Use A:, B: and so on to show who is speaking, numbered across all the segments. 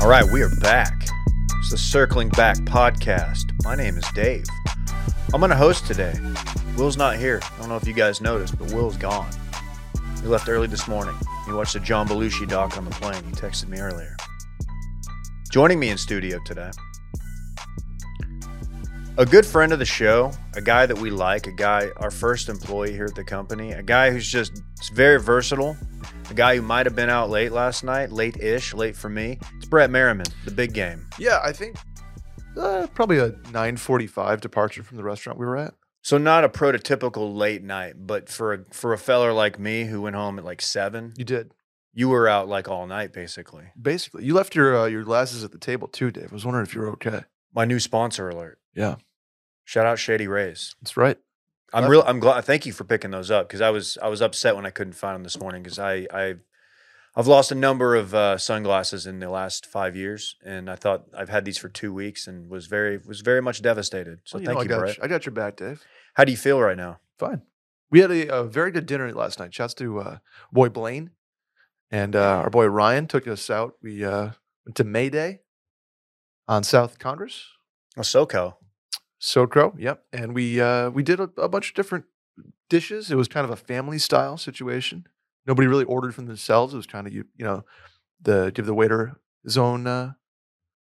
A: All right, we are back. It's the Circling Back podcast. My name is Dave. I'm going to host today. Will's not here. I don't know if you guys noticed, but Will's gone. He left early this morning. He watched the John Belushi doc on the plane. He texted me earlier. Joining me in studio today, a good friend of the show, a guy that we like, a guy, our first employee here at the company, a guy who's just very versatile, a guy who might have been out late last night, late ish, late for me. It's Brett Merriman, the big game.
B: Yeah, I think uh, probably a 9:45 departure from the restaurant we were at.
A: So not a prototypical late night, but for a, for a feller like me who went home at like seven,
B: You did
A: you were out like all night basically.
B: basically. You left your uh, your glasses at the table too, Dave. I was wondering if you were okay.
A: My new sponsor alert.
B: Yeah.
A: Shout out Shady Rays.
B: That's right.
A: I'm
B: Love
A: real. I'm glad. Thank you for picking those up because I was I was upset when I couldn't find them this morning because I I I've lost a number of uh, sunglasses in the last five years and I thought I've had these for two weeks and was very was very much devastated. So
B: Well,
A: thank
B: know,
A: you,
B: I got
A: Brett.
B: you- I got your back, Dave.
A: How do you feel right now?
B: Fine. We had a, a very good dinner last night. Shouts to uh, boy Blaine and uh, our boy Ryan took us out. We uh, went to Mayday on South Congress,
A: Well, SoCo.
B: SoCro. Yep, and we uh, we did a, a bunch of different dishes. It was kind of a family style situation. Nobody really ordered from themselves. It was kind of you you know the give the waiter his own uh,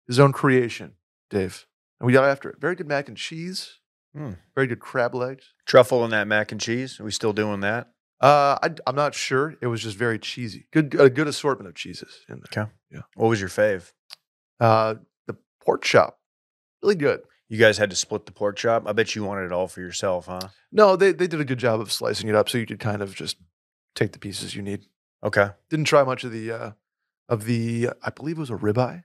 B: his own creation, Dave. And we got after it. Very good mac and cheese.
A: Mm.
B: Very good crab legs.
A: Truffle and that mac and cheese. Are we still doing that?
B: Uh, I, am not sure. It was just very cheesy. Good, a good assortment of cheeses in there.
A: What was your fave?
B: Uh, the pork chop, really good.
A: You guys had to split the pork chop. I bet you wanted it all for yourself, huh?
B: No, they they did a good job of slicing it up, so you could kind of just take the pieces you need.
A: Okay.
B: Didn't try much of the uh, of the I believe it was a ribeye.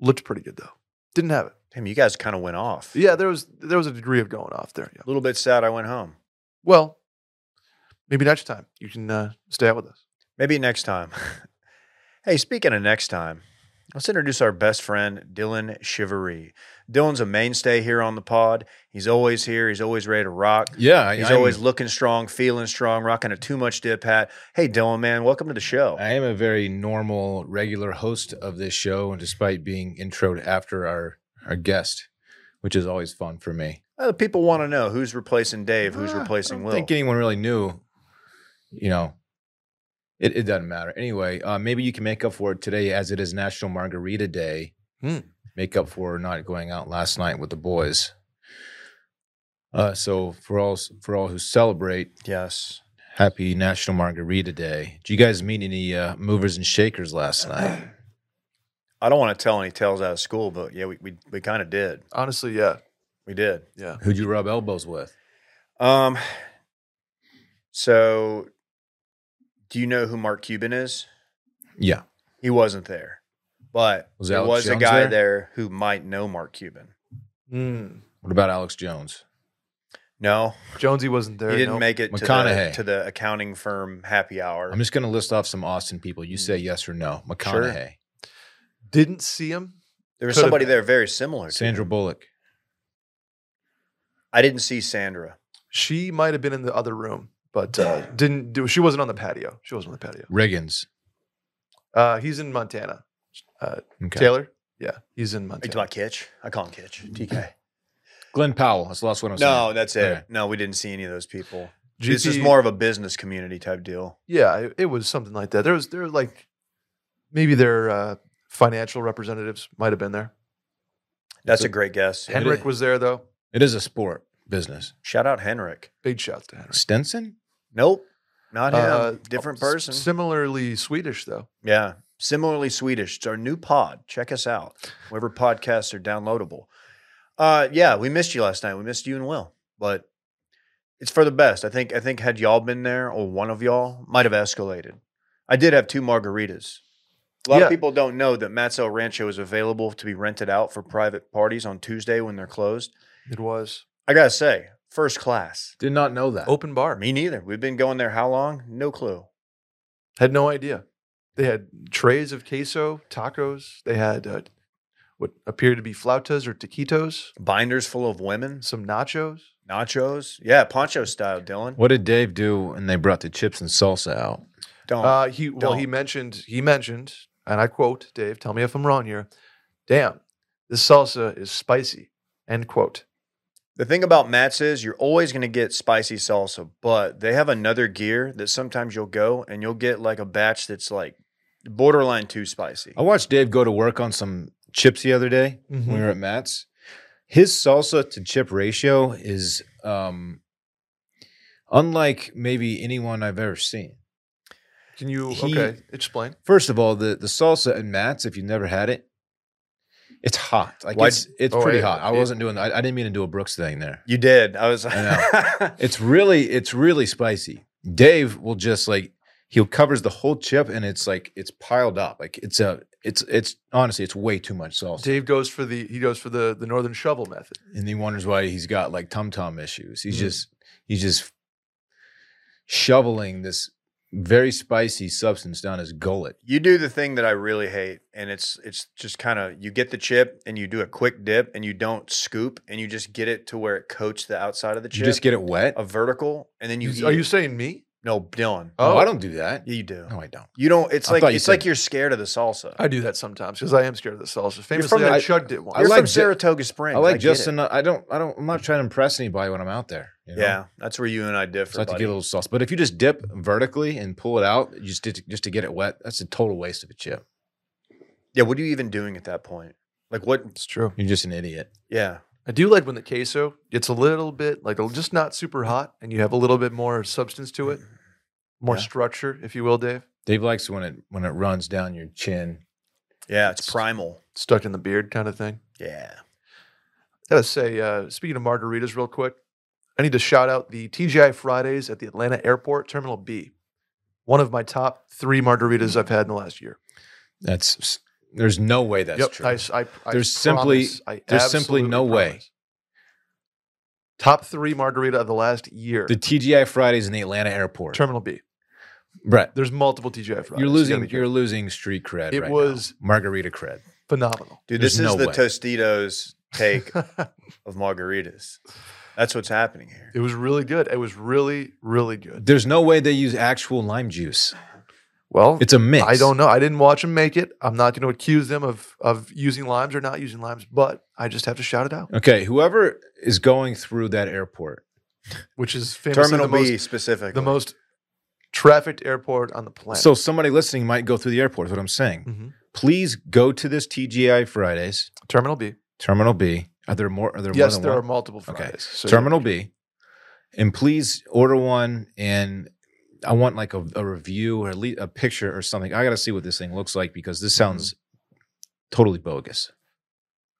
B: Looked pretty good though. Didn't have it.
A: Damn, you guys kind of went off.
B: Yeah, there was there was a degree of going off there. Yeah.
A: A little bit sad. I went home.
B: Well, maybe next time you can uh, stay out with us.
A: Maybe next time. hey, speaking of next time, let's introduce our best friend, Dylan Chivery. Dylan's a mainstay here on the pod. He's always here. He's always ready to rock.
C: Yeah, I-
A: He's
C: I'm-
A: always looking strong, feeling strong, rocking a too much dip hat. Hey, Dylan, man, welcome to the show.
C: I am a very normal, regular host of this show, and despite being introed after our our guest, which is always fun for me.
A: Uh, the people want to know who's replacing Dave, who's
C: Ah, I
A: replacing
C: don't
A: Will.
C: think anyone really knew. You know, it, it doesn't matter anyway. Uh, maybe you can make up for it today, as it is National Margarita Day.
B: Hmm.
C: Make up for not going out last night with the boys. Uh, so for all for all who celebrate,
A: yes.
C: happy National Margarita Day. Did you guys meet any uh, movers and shakers last night?
A: I don't want to tell any tales out of school, but yeah, we, we, we kind of did.
B: Honestly, yeah,
A: We did.
B: yeah.
C: Who'd you rub elbows with?
A: Um. So, do you know who Mark Cuban is?
C: Yeah.
A: He wasn't there, but
C: Was
A: there
C: Alex
A: was a
C: Jones
A: guy there?
C: there?
A: who might know Mark Cuban.
B: Mm.
C: What about Alex Jones?
A: No,
B: Jonesy wasn't there.
A: he didn't
B: no.
A: make it to the,
C: McConaughey.
A: to the accounting firm happy hour.
C: I'm just going to list off some Austin people. You say yes or no. McConaughey,
B: Didn't see him.
A: there was
B: could've
A: somebody
B: been.
A: there very similar. To
C: Sandra
A: him.
C: Bullock.
A: I didn't see Sandra.
B: She might have been in the other room, but uh, didn't do. She wasn't on the patio. She wasn't on the patio.
C: Riggins.
B: Uh, he's in Montana.
C: Okay.
B: Taylor. Yeah, he's in
A: It's
B: Montana.
A: about Kitch. I call him Kitch. TK.
C: Glenn Powell. That's the last one I'm saying.
A: No, that's it.
C: Okay.
A: No, we didn't see any of those people.
B: GP
A: This is more of a business community type deal.
B: Yeah, it, it was something like that. There was there were like maybe their uh, financial representatives might have been there.
A: That's
C: So-
A: a great guess.
C: Yeah.
B: Henrik was there though.
C: It is a sport business.
A: Shout out Henrik.
B: Big shouts to Henrik.
C: Stenson?
A: Nope, not him.
B: Uh,
A: Different
B: S-
A: person.
B: Similarly Swedish though.
A: Yeah. Similarly Swedish. It's our new pod. Check us out. Wherever podcasts are downloadable. Uh yeah, we missed you last night. We missed you and Will. But it's for the best. I think I think had y'all been there or one of y'all might have escalated. I did have two margaritas. A lot
B: Yeah.
A: of people don't know that Matzo Rancho is available to be rented out for private parties on Tuesday when they're closed.
B: It was
A: I gotta say, first class.
C: Did not know that.
B: open bar.
A: Me neither. We've been going there how long? No clue.
B: Had no idea. They had trays of queso, tacos. They had uh, what appeared to be flautas or taquitos,
A: Binders full of women,
B: some nachos.
A: nachos. Yeah, poncho style, Dylan.
C: What did Dave do when they brought the chips and salsa out?
A: Don't
B: Uh, he well, he
A: Oh, Don't.
B: mentioned he mentioned and I quote Dave, tell me if I'm wrong here. Damn, this salsa is spicy. End quote.
A: The thing about Matt's is you're always going to get spicy salsa, but they have another gear that sometimes you'll go and you'll get like a batch that's like borderline too spicy.
C: I watched Dave go to work on some chips the other day when we were at Matt's. His salsa to chip ratio is um, unlike maybe anyone I've ever seen.
B: Can you
C: He-
B: okay explain?
C: First of all, the the salsa in Matt's, if you've never had it, it's hot. Like
A: Why'd-
C: it's it's
B: Oh,
C: pretty
B: it-
C: hot. I
B: it-
C: wasn't doing. I, I didn't mean to do a Brooks thing there.
A: You did. I was.
C: I It's really it's really spicy. Dave will just like he'll covers the whole chip and it's like it's piled up. Like it's a it's it's honestly it's way too much salsa.
B: Dave goes for the he goes for the the northern shovel method.
C: and he wonders why he's got like tum tum issues. He's
B: Mhm.
C: just he's just shoveling this very spicy substance down his gullet.
A: you do the thing that I really hate, and it's it's just kind of you get the chip and you do a quick dip and you don't scoop and you just get it to where it coats the outside of the chip.
C: You just get it wet.
A: a vertical, and then you
B: are
A: eat
B: you
A: it.
B: saying me?
A: no Dylan.
C: Oh,
B: Oh.
C: I don't do that.
A: You do.
C: No, I don't.
A: You don't. It's
C: I
A: like
C: thought you
A: it's like
C: said-
A: you're scared of the salsa.
B: I do that sometimes because I am scared of the salsa.
A: You're
B: Famously,
A: from
B: I
C: the-
B: chugged it once.
A: You're
C: I like
A: from
C: Ju-
A: Saratoga Springs.
C: I like
A: get
C: just
A: it.
C: enough. I don't. I don't. I'm not trying to impress anybody when I'm out there. you know?
A: Yeah, that's where you and I differ.
C: So I have to
A: buddy.
C: get a little sauce. But if you just dip vertically and pull it out, you just did, just to get it wet, that's a total waste of a chip.
A: yeah, what are you even doing at that point? Like what?
B: It's true.
C: You're just an idiot.
A: Yeah,
B: I do like when the queso gets a little bit like a- just not super hot, and you have a little bit more substance to it, more
A: Yeah.
B: structure, if you will, Dave.
C: Dave likes when it when it runs down your chin.
A: yeah, it's primal.
B: Stuck in the beard kind of thing.
A: Yeah,
B: gotta say, uh, speaking of margaritas, real quick, I need to shout out the TGI Fridays at the Atlanta Airport Terminal B. One of my top three margaritas I've had in the last year.
C: That's there's no way that's
B: yep,
C: true.
B: I s- I- I
C: There's simply-
B: promise, I
C: there's simply
B: absolutely
C: no way.
B: promise. Top three margarita of the last year.
C: the TGI Fridays in the Atlanta airport.
B: Terminal B.
C: Brett,
B: There's multiple TGI Fridays.
C: you're
B: You gotta
C: losing
B: be
C: you're
B: kidding.
C: losing street cred.
B: It
C: right now.
B: was-
C: margarita cred.
B: phenomenal.
A: dude,
C: There's
A: this
C: no
A: is the
C: way.
A: Tostitos take of margaritas. That's what's happening here.
B: it was really good. It was really, really good.
C: There's no way they use actual lime juice.
B: Well,
C: It's a mix.
B: I don't know. I didn't watch them make it. I'm not going to accuse them of of using limes or not using limes, but I just have to shout it out,
C: Okay, whoever is going through that airport,
B: which is famously
A: Terminal
B: the
A: B
B: most
A: specifically.
B: the most trafficked airport on the planet.
C: so somebody listening might go through the airport. Is what I'm saying.
B: Mhm.
C: Please go to this TGI Fridays
B: Terminal B.
C: Terminal B. Are there more? Are there
B: Yes,
C: more than
B: there are
C: one?
B: multiple
C: Okay.
B: Fridays. So
C: Terminal B, and please order one. And I want like a, a review or at least a picture or something. I got to see what this thing looks like because this sounds totally bogus.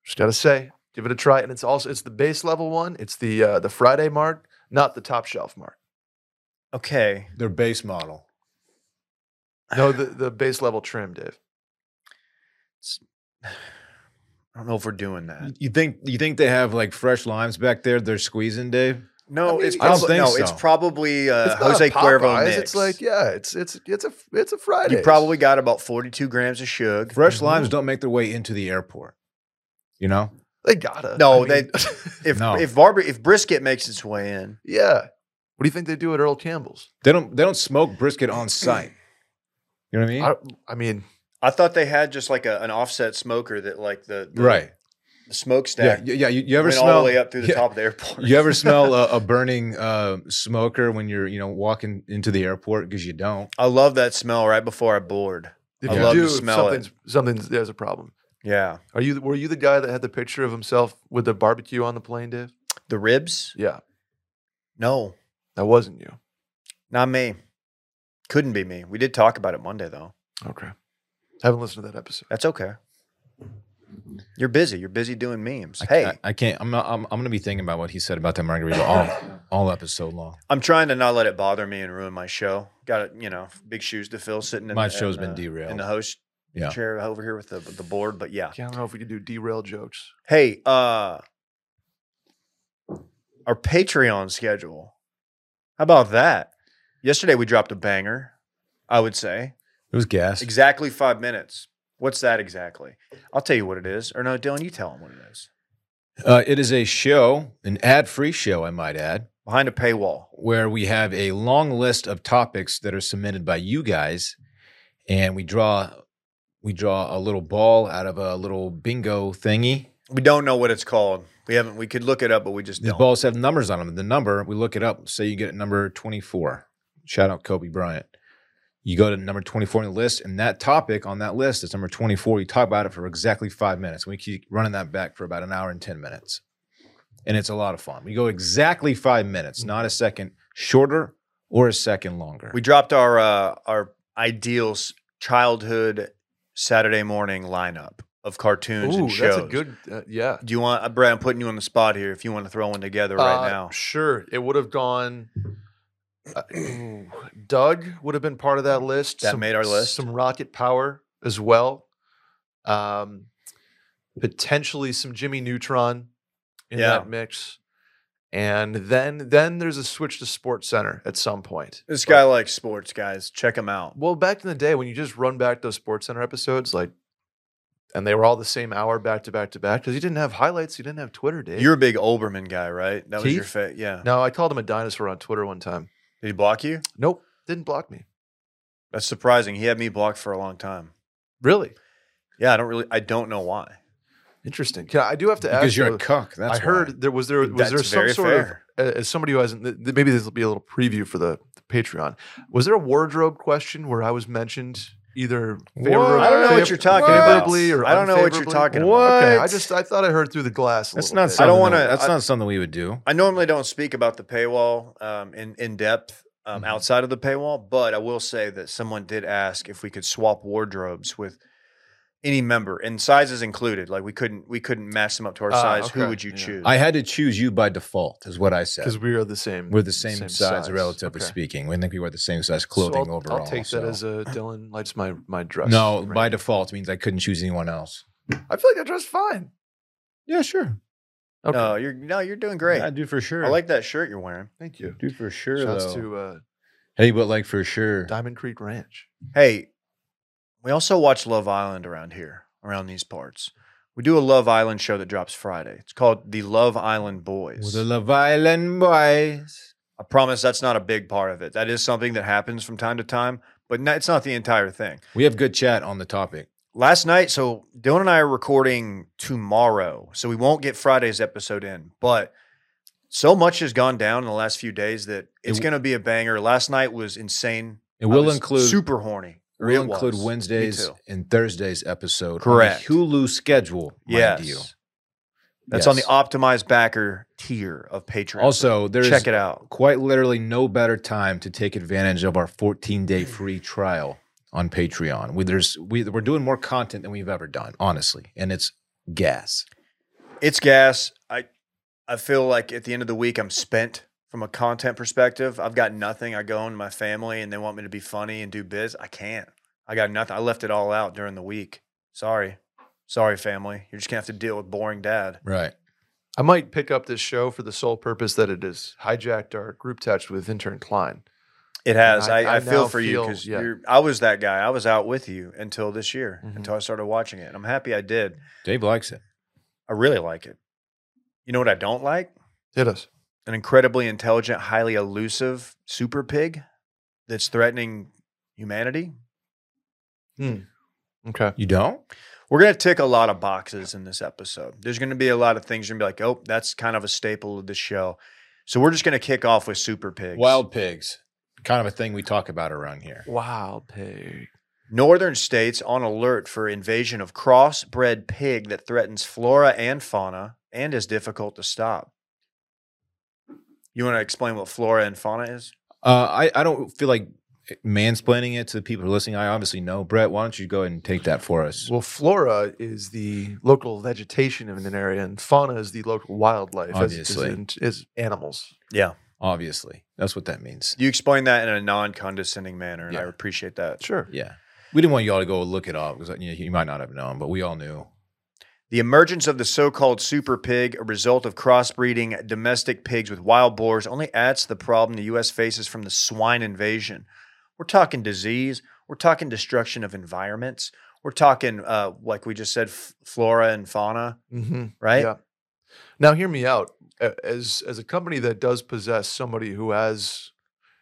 B: Just got to say, give it a try, and it's also it's the base level one. It's the uh, the Friday mark, not the top shelf mark.
A: okay.
C: Their base model.
B: No, the, the base level trim, Dave.
A: I don't know if we're doing that.
C: You think you think they have like fresh limes back there? They're squeezing, Dave.
A: No,
B: I mean,
A: it's
B: I don't
A: probably, no,
C: think
A: it's
C: so.
A: probably uh,
B: not a
A: Jose Cuervo
B: Popeyes,
A: mix.
B: It's like yeah, it's it's it's a it's a Friday.
A: you probably got about forty-two grams of sugar.
C: Fresh
B: Mhm.
C: limes don't make their way into the airport. You know,
B: they gotta
A: No,
B: mean-
A: If
C: No.
A: if barber if brisket makes its way in,
B: Yeah. What do you think they do at Earl Campbell's?
C: they don't they don't smoke brisket on site. You know what I mean?
B: I, I mean,
A: I thought they had just like a, an offset smoker that like the, the
C: right.
A: the smokestack
C: Yeah. Yeah. You, you ever
A: went
C: smell
A: all the way up through the
C: yeah.
A: top of the airport.
C: You ever smell a, a burning uh, smoker when you're, you know, walking into the airport because you don't?
A: I love that smell right before I board.
B: if
A: I
B: you
A: love to
B: do,
A: smell it.
B: something's something's there's a problem.
A: Yeah,
B: Are you were you the guy that had the picture of himself with the barbecue on the plane, Dave?
A: the ribs?
B: Yeah,
A: No,
B: that wasn't you.
A: not me. Couldn't be me. We did talk about it Monday though.
B: Okay, haven't listened to that episode.
A: That's okay. You're busy. You're busy doing memes.
C: I,
A: hey,
C: I, I can't. I'm not. I'm, I'm going to be thinking about what he said about that margarita all all episode long.
A: I'm trying to not let it bother me and ruin my show. Got you know big shoes to fill. Sitting in
C: My
A: the,
C: show's
A: in
C: been
A: the-
C: derailed.
A: in the host
C: Yeah.
A: chair over here with the with the board. But yeah,
B: Yeah, I don't know if we could do derail jokes.
A: hey, uh, our Patreon schedule. How about that? Yesterday we dropped a banger. I would say
C: It was gas.
A: exactly five minutes. What's that exactly? I'll tell you what it is. Or no, Dylan, you tell him what it is.
C: Uh, it is a show, an ad free show, I might add,
A: Behind a paywall.
C: where we have a long list of topics that are submitted by you guys, and we draw we draw a little ball out of a little bingo thingy.
A: We don't know what it's called. We haven't. We could look it up, but we just
C: The
A: don't.
C: balls have numbers on them. The number, we look it up. Say you get number 24. Shout out Kobe Bryant. You go to number 24 on the list, and that topic on that list is number 24. You talk about it for exactly five minutes. We keep running that back for about an hour and 10 minutes. And it's a lot of fun. We go exactly five minutes, not a second shorter or a second longer.
A: We dropped our uh, our ideal s- childhood Saturday morning lineup of cartoons
B: Ooh,
A: and shows.
B: that's a good. Uh, yeah.
A: Do you want, uh, Brad? I'm putting you on the spot here. If you want to throw one together right
B: Uh,
A: now,
B: Sure. It would have gone. uh, ooh, Doug would have been part of that list.
A: That made our list.
B: Some Rocket Power as well. Um, potentially some Jimmy Neutron in
A: Yeah.
B: that mix. And then then there's a switch to Sports Center at some point.
A: this
B: But-
A: guy likes sports, guys. Check him out.
B: Well, back in the day when you just run back those Sports Center episodes, like, and they were all the same hour back to back to back because you didn't have highlights, you didn't have Twitter, Dave.
A: You're a big Olbermann guy, right? That was your
B: Keith?
A: fa Yeah.
B: no, I called him a dinosaur on Twitter one time.
A: Did he block you?
B: Nope, didn't block me.
A: That's surprising. He had me blocked for a long time.
B: Really
A: Yeah, I don't really. I don't know why.
B: interesting. Can I, I do have to ask
C: because you're
B: though,
C: a cuck. That's
B: I heard there was there was
A: That's
B: there some
A: very
B: sort
A: fair.
B: of a- as somebody who hasn't th- th- maybe this will be a little preview for the, the Patreon. Was there a wardrobe question where I was mentioned either favor-
C: I don't know what
B: fav-
C: you're talking
B: favorably
A: about.
B: or
A: I don't know what you're
B: unfavorably?
A: talking
C: about.
B: Okay, I
C: What?
B: just I thought I heard through the glass. A
C: That's
B: little
C: not.
B: bit.
A: I
C: Something
A: don't
C: that-
A: wanna-
C: That's
A: I-
C: not something we would do.
A: I normally don't speak about the paywall um, in in depth um,
C: Mhm.
B: Mm-hmm.
A: outside of the paywall, but I will say that someone did ask if we could swap wardrobes with any member and sizes included. Like we couldn't we couldn't match them up to our
B: Ah,
A: size. Who
B: okay.
A: would you
B: Yeah.
A: choose?
C: I had to choose you by default, is what I
B: because
C: said.
B: we are the same.
C: We're the same, size, relatively
B: Okay.
C: speaking. We think we wear the same size
B: So I'll-
C: clothing overall.
B: I'll take
C: so-
B: that as a Dylan likes my my dress.
C: no.
B: right
C: By
B: now.
C: default means I couldn't choose anyone else.
B: I feel like I dress fine.
C: Yeah, sure.
B: Okay,
A: No, you're no, you're doing great.
C: I do for sure.
A: I like that shirt you're wearing.
B: thank you.
C: do for sure
B: Shouts
C: though.
B: to uh,
C: hey, but like for sure.
B: Diamond Creek Ranch.
A: Hey, we also watch Love Island around here, around these parts. We do a Love Island show that drops Friday. It's called The Love Island
C: With
A: Boys.
C: the Love Island boys.
A: I promise that's not a big part of it. That is something that happens from time to time, but no, it's not the entire thing.
C: We have good chat on the topic.
A: Last night, so Dylan and I are recording tomorrow, so we won't get Friday's episode in, but so much has gone down in the last few days that it's
C: It-
A: going to be a banger. Last night was insane.
C: It
A: I
C: will
A: was
C: include
A: super horny.
C: will
A: It was.
C: include
A: Me
C: Wednesdays
A: too.
C: and Thursdays episode. on the
A: Correct.
C: Hulu schedule, mind
A: Yes.
C: you.
A: That's on the
C: Yes.
A: optimized backer tier of Patreon.
C: Also, there's
A: check it out.
C: quite literally no better time to take advantage of our 14 day free trial on Patreon. We, there's, we, we're doing more content than we've ever done, honestly, and it's gas.
A: It's gas. I I feel like at the end of the week I'm spent from a content perspective. I've got nothing. I go home to my family and they want me to be funny and do biz. I can't. I got nothing. I left it all out during the week. Sorry. Sorry, family. You're just gonna have to deal with boring dad.
C: Right.
B: I might pick up this show for the sole purpose that it has hijacked our group text with intern Klein.
A: It has.
B: I-
A: I, I,
B: I
A: feel
B: now
A: for you
B: feel-
A: because
B: yeah.
A: you're I was that guy. I was out with you until this year,
B: Mhm.
A: until I started watching it. And I'm happy I did.
C: Dave likes it.
A: I really like it. You know what I don't like?
B: Hit us.
A: an incredibly intelligent, highly elusive super pig that's threatening humanity.
B: Okay.
C: You don't?
A: We're going to tick a lot of boxes in this episode. There's going to be a lot of things you're going to be like, oh, that's kind of a staple of the show. So we're just going to kick off with super pigs.
C: Wild pigs, kind of a thing we talk about around here.
B: Wild pig.
A: northern states on alert for invasion of crossbred pig that threatens flora and fauna and is difficult to stop. You want to explain what flora and fauna is?
C: Uh, I, I don't feel like mansplaining it to the people who are listening. I obviously know. Brett, why don't you go ahead and take that for us?
B: Well, flora is the local vegetation in an area, and fauna is the local wildlife. as-
C: Obviously.
B: As, in- as animals.
A: Yeah.
C: obviously. That's what that means.
A: You explain that in a non condescending manner, and I
C: Yeah.
A: appreciate that.
B: Sure.
C: Yeah. We didn't want y'all to go look it up because you, know, you might not have known, but we all knew.
A: The emergence of the so called super pig, a result of crossbreeding domestic pigs with wild boars, only adds to the problem the U.S. faces from the swine invasion. We're talking disease, we're talking destruction of environments, we're talking, uh, like we just said, f- flora and fauna,
B: Mm-hmm.
A: right?
B: Yeah. Now, hear me out. A- As as a company that does possess somebody who has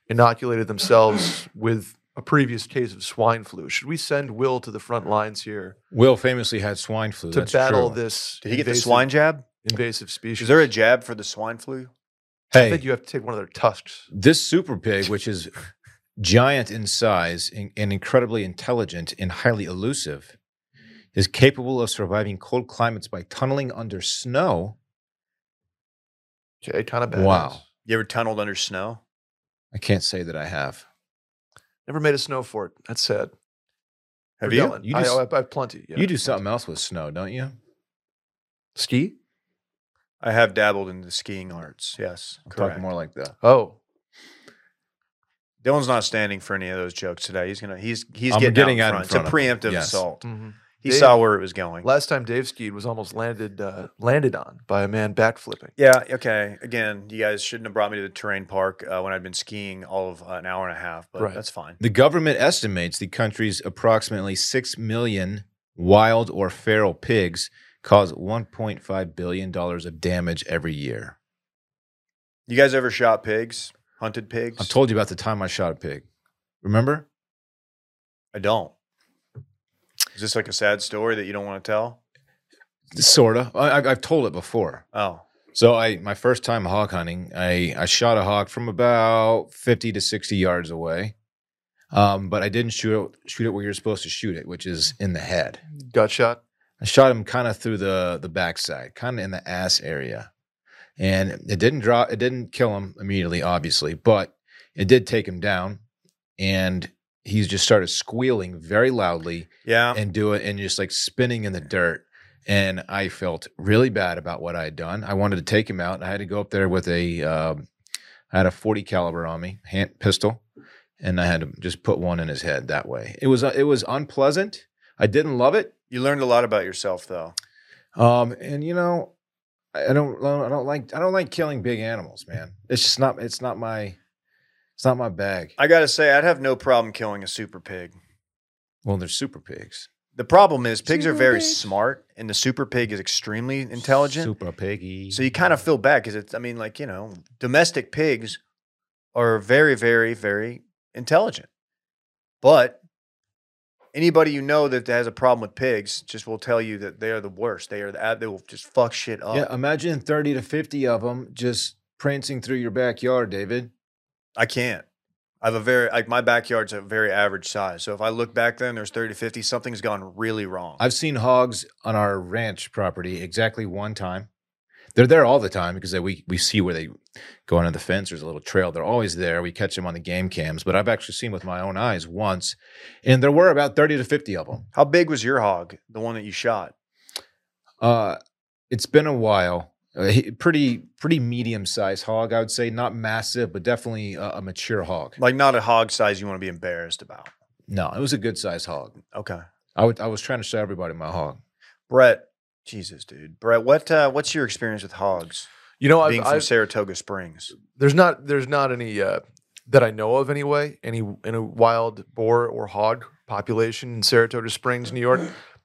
B: inoculated themselves with a previous case of swine flu. Should we send Will to the front lines here
C: Will famously had swine flu.
B: to
C: that's
B: battle
C: true.
B: this?
A: Did he get the
B: invasive-
A: swine jab?
B: invasive species?
A: Is there a jab for the swine flu?
B: I think
C: Hey,
B: you have to take one of their tusks.
C: this super pig, which is giant in size and, and incredibly intelligent and highly elusive, is capable of surviving cold climates by tunneling under snow.
B: Okay, kind of bad.
C: Wow.
A: You ever tunneled under snow?
C: I can't say that I have.
B: Never made a snow fort. That's sad.
A: Have
B: For
A: you?
B: Dylan.
C: You
B: I,
C: just-
B: I, have- I have plenty. yeah.
C: You do something else with snow, don't you?
B: ski.
A: I have dabbled in the skiing arts. Yes,
C: I'm
A: correct.
C: talking more like that.
B: Oh,
A: Dylan's not standing for any of those jokes today. He's gonna. He's he's
C: I'm
A: getting,
C: getting
A: out
C: out
A: in
C: in
A: front.
C: front
A: It's
C: of
A: a preemptive
C: him, yes.
A: assault.
B: mhm.
A: He
B: Dave-
A: saw where it was going.
B: Last time Dave skied was almost landed uh, landed on by a man backflipping.
A: Yeah. Okay. Again, you guys shouldn't have brought me to the terrain park uh, when I'd been skiing all of uh, an hour and a half, but
B: Right.
A: that's fine.
C: The government estimates the country's approximately 6 million wild or feral pigs cause $1.5 billion of damage every year.
A: You guys ever shot pigs? Hunted pigs?
C: I told you about the time I shot a pig. Remember?
A: I don't. Is this like a sad story that you don't want to tell?
C: Sort of. I, I- I've told it before.
A: Oh,
C: So I, my first time hog hunting, I, I shot a hog from about 50 to 60 yards away. Um, but I didn't shoot it, shoot it where you're supposed to shoot it, which is in the head.
B: Gut shot.
C: I shot him kind of through the the backside, kind of in the ass area, and it didn't draw. It didn't kill him immediately, obviously, but it did take him down, and he just started squealing very loudly
A: yeah.
C: and do it and just like spinning in the dirt. And I felt really bad about what I had done. I wanted to take him out, and I had to go up there with a, um, I had a forty caliber on me, hand pistol, and I had to just put one in his head that way. It was uh, it was unpleasant. I didn't love it.
A: you learned a lot about yourself, though.
C: Um, and you know, I I don't, I don't like, I don't like killing big animals, man. It's just not, it's not my, it's not my bag.
A: I got to say, I'd have no problem killing a super pig.
C: well, they're super pigs.
A: The problem is, pigs are
C: Super
A: very
C: pigs.
A: smart, and the super pig is extremely intelligent.
C: super piggy.
A: So you kind of feel bad because it's, I mean, like, you know, domestic pigs are very, very, very intelligent. But anybody you know that has a problem with pigs just will tell you that they are the worst. They are, the, ab- they will just fuck shit up.
C: yeah. um Imagine thirty to fifty of them just prancing through your backyard, David.
A: I can't. I have a very, like, my backyard's a very average size. So if I look back then, there's 30 to 50, something's gone really wrong.
C: I've seen hogs on our ranch property exactly one time. They're there all the time because they, we we see where they go under the fence. There's a little trail. They're always there. We catch them on the game cams. But I've actually seen with my own eyes once, and there were about thirty to fifty of them.
A: How big was your hog, the one that you shot?
C: Uh, it's been a while. Uh, he- pretty pretty medium sized hog, I would say. Not massive, but definitely a, a mature hog.
A: Like, not a hog size you want to be embarrassed about.
C: No, it was a good sized hog.
A: Okay.
C: I would I was trying to show everybody my hog.
A: Brett, Jesus, dude. Brett, what, uh, what's your experience with hogs?
B: You know, I've,
A: being from
B: I've,
A: Saratoga Springs.
B: there's not there's not any uh, that I know of anyway. Any any wild boar or hog population in Saratoga Springs, New York.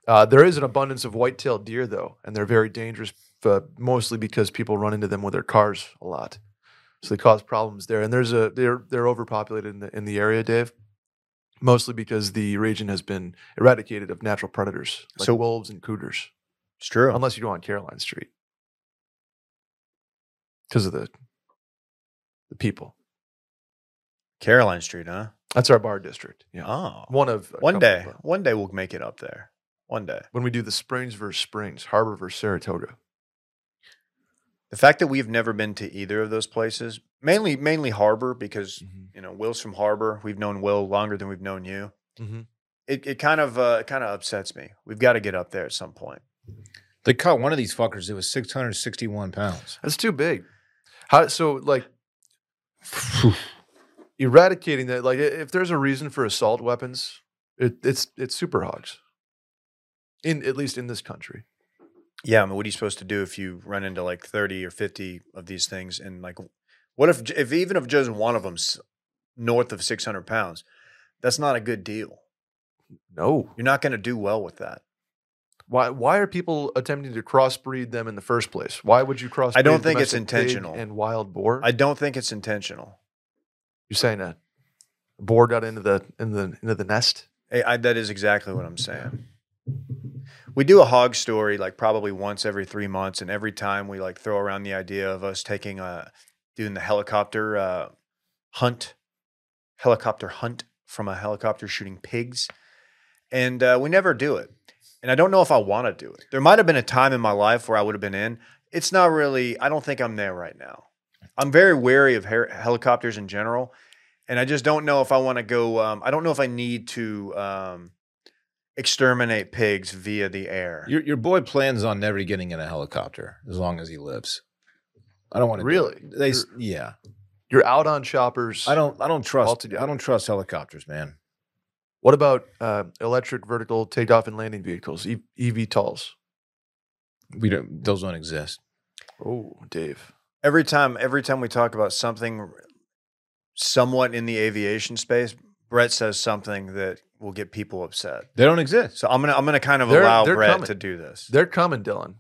B: Uh, there is an abundance of white-tailed deer though, and they're very dangerous, uh, mostly because people run into them with their cars a lot, so they cause problems there. And there's a they're they're overpopulated in the in the area, Dave. Mostly because the region has been eradicated of natural predators like
A: So-
B: wolves and cougars,
A: It's true.
B: unless you go on Caroline Street because of the the people.
A: Caroline Street, huh?
B: That's our bar district. Yeah.
A: Oh, one
B: One of a couple,
A: day,
B: but
A: one day we'll make it up there. One day.
B: When we do the Springs versus Springs, Harbor versus Saratoga.
A: The fact that we've never been to either of those places, mainly mainly Harbor,
B: Mm.
A: because you know Will's from Harbor. We've known Will longer than we've known you.
B: Mhm.
A: It, it kind of uh, it kind of upsets me. We've got to get up there at some point.
C: They caught one of these fuckers. It was six hundred sixty one pounds.
B: That's too big. How so like eradicating that like i- if there's a reason for assault weapons, it, it's it's super hogs. In at least in this country.
A: Yeah, I mean, what are you supposed to do if you run into like thirty or fifty of these things? And like, what if if even if just one of them's north of six hundred pounds, that's not a good deal.
B: No.
A: You're not going to do well with that.
B: Why why are people attempting to crossbreed them in the first place? Why would you crossbreed
A: don't think it's
B: domestic pig
A: intentional.
B: and wild boar?
A: I don't think it's intentional.
B: You're saying a, a board out into the in the into the nest.
A: Hey, I, that is exactly what I'm saying. We do a hog story like probably once every three months, and every time we like throw around the idea of us taking a doing the helicopter uh, hunt, helicopter hunt from a helicopter shooting pigs, and uh, we never do it. And I don't know if I want to do it. There might have been a time in my life where I would have been in. It's not really. I don't think I'm there right now. I'm very wary of her- helicopters in general, and I just don't know if I want to go. Um, I don't know if I need to um, exterminate pigs via the air.
C: Your your boy plans on never getting in a helicopter as long as he lives. I don't want to
B: Really?
C: They s- yeah.
B: You're out on choppers.
C: I don't I don't trust
B: Altogether.
C: I don't trust helicopters, man.
B: What about uh, electric vertical takeoff and landing vehicles, e- EVTOLs?
C: We don't those don't exist.
B: Oh, Dave.
A: Every time, every time we talk about something somewhat in the aviation space, Brett says something that will get people upset.
C: They don't exist.
A: So I'm gonna I'm gonna kind of
B: They're-
A: allow
B: they're
A: Brett
B: coming.
A: to do this.
B: They're coming, Dylan.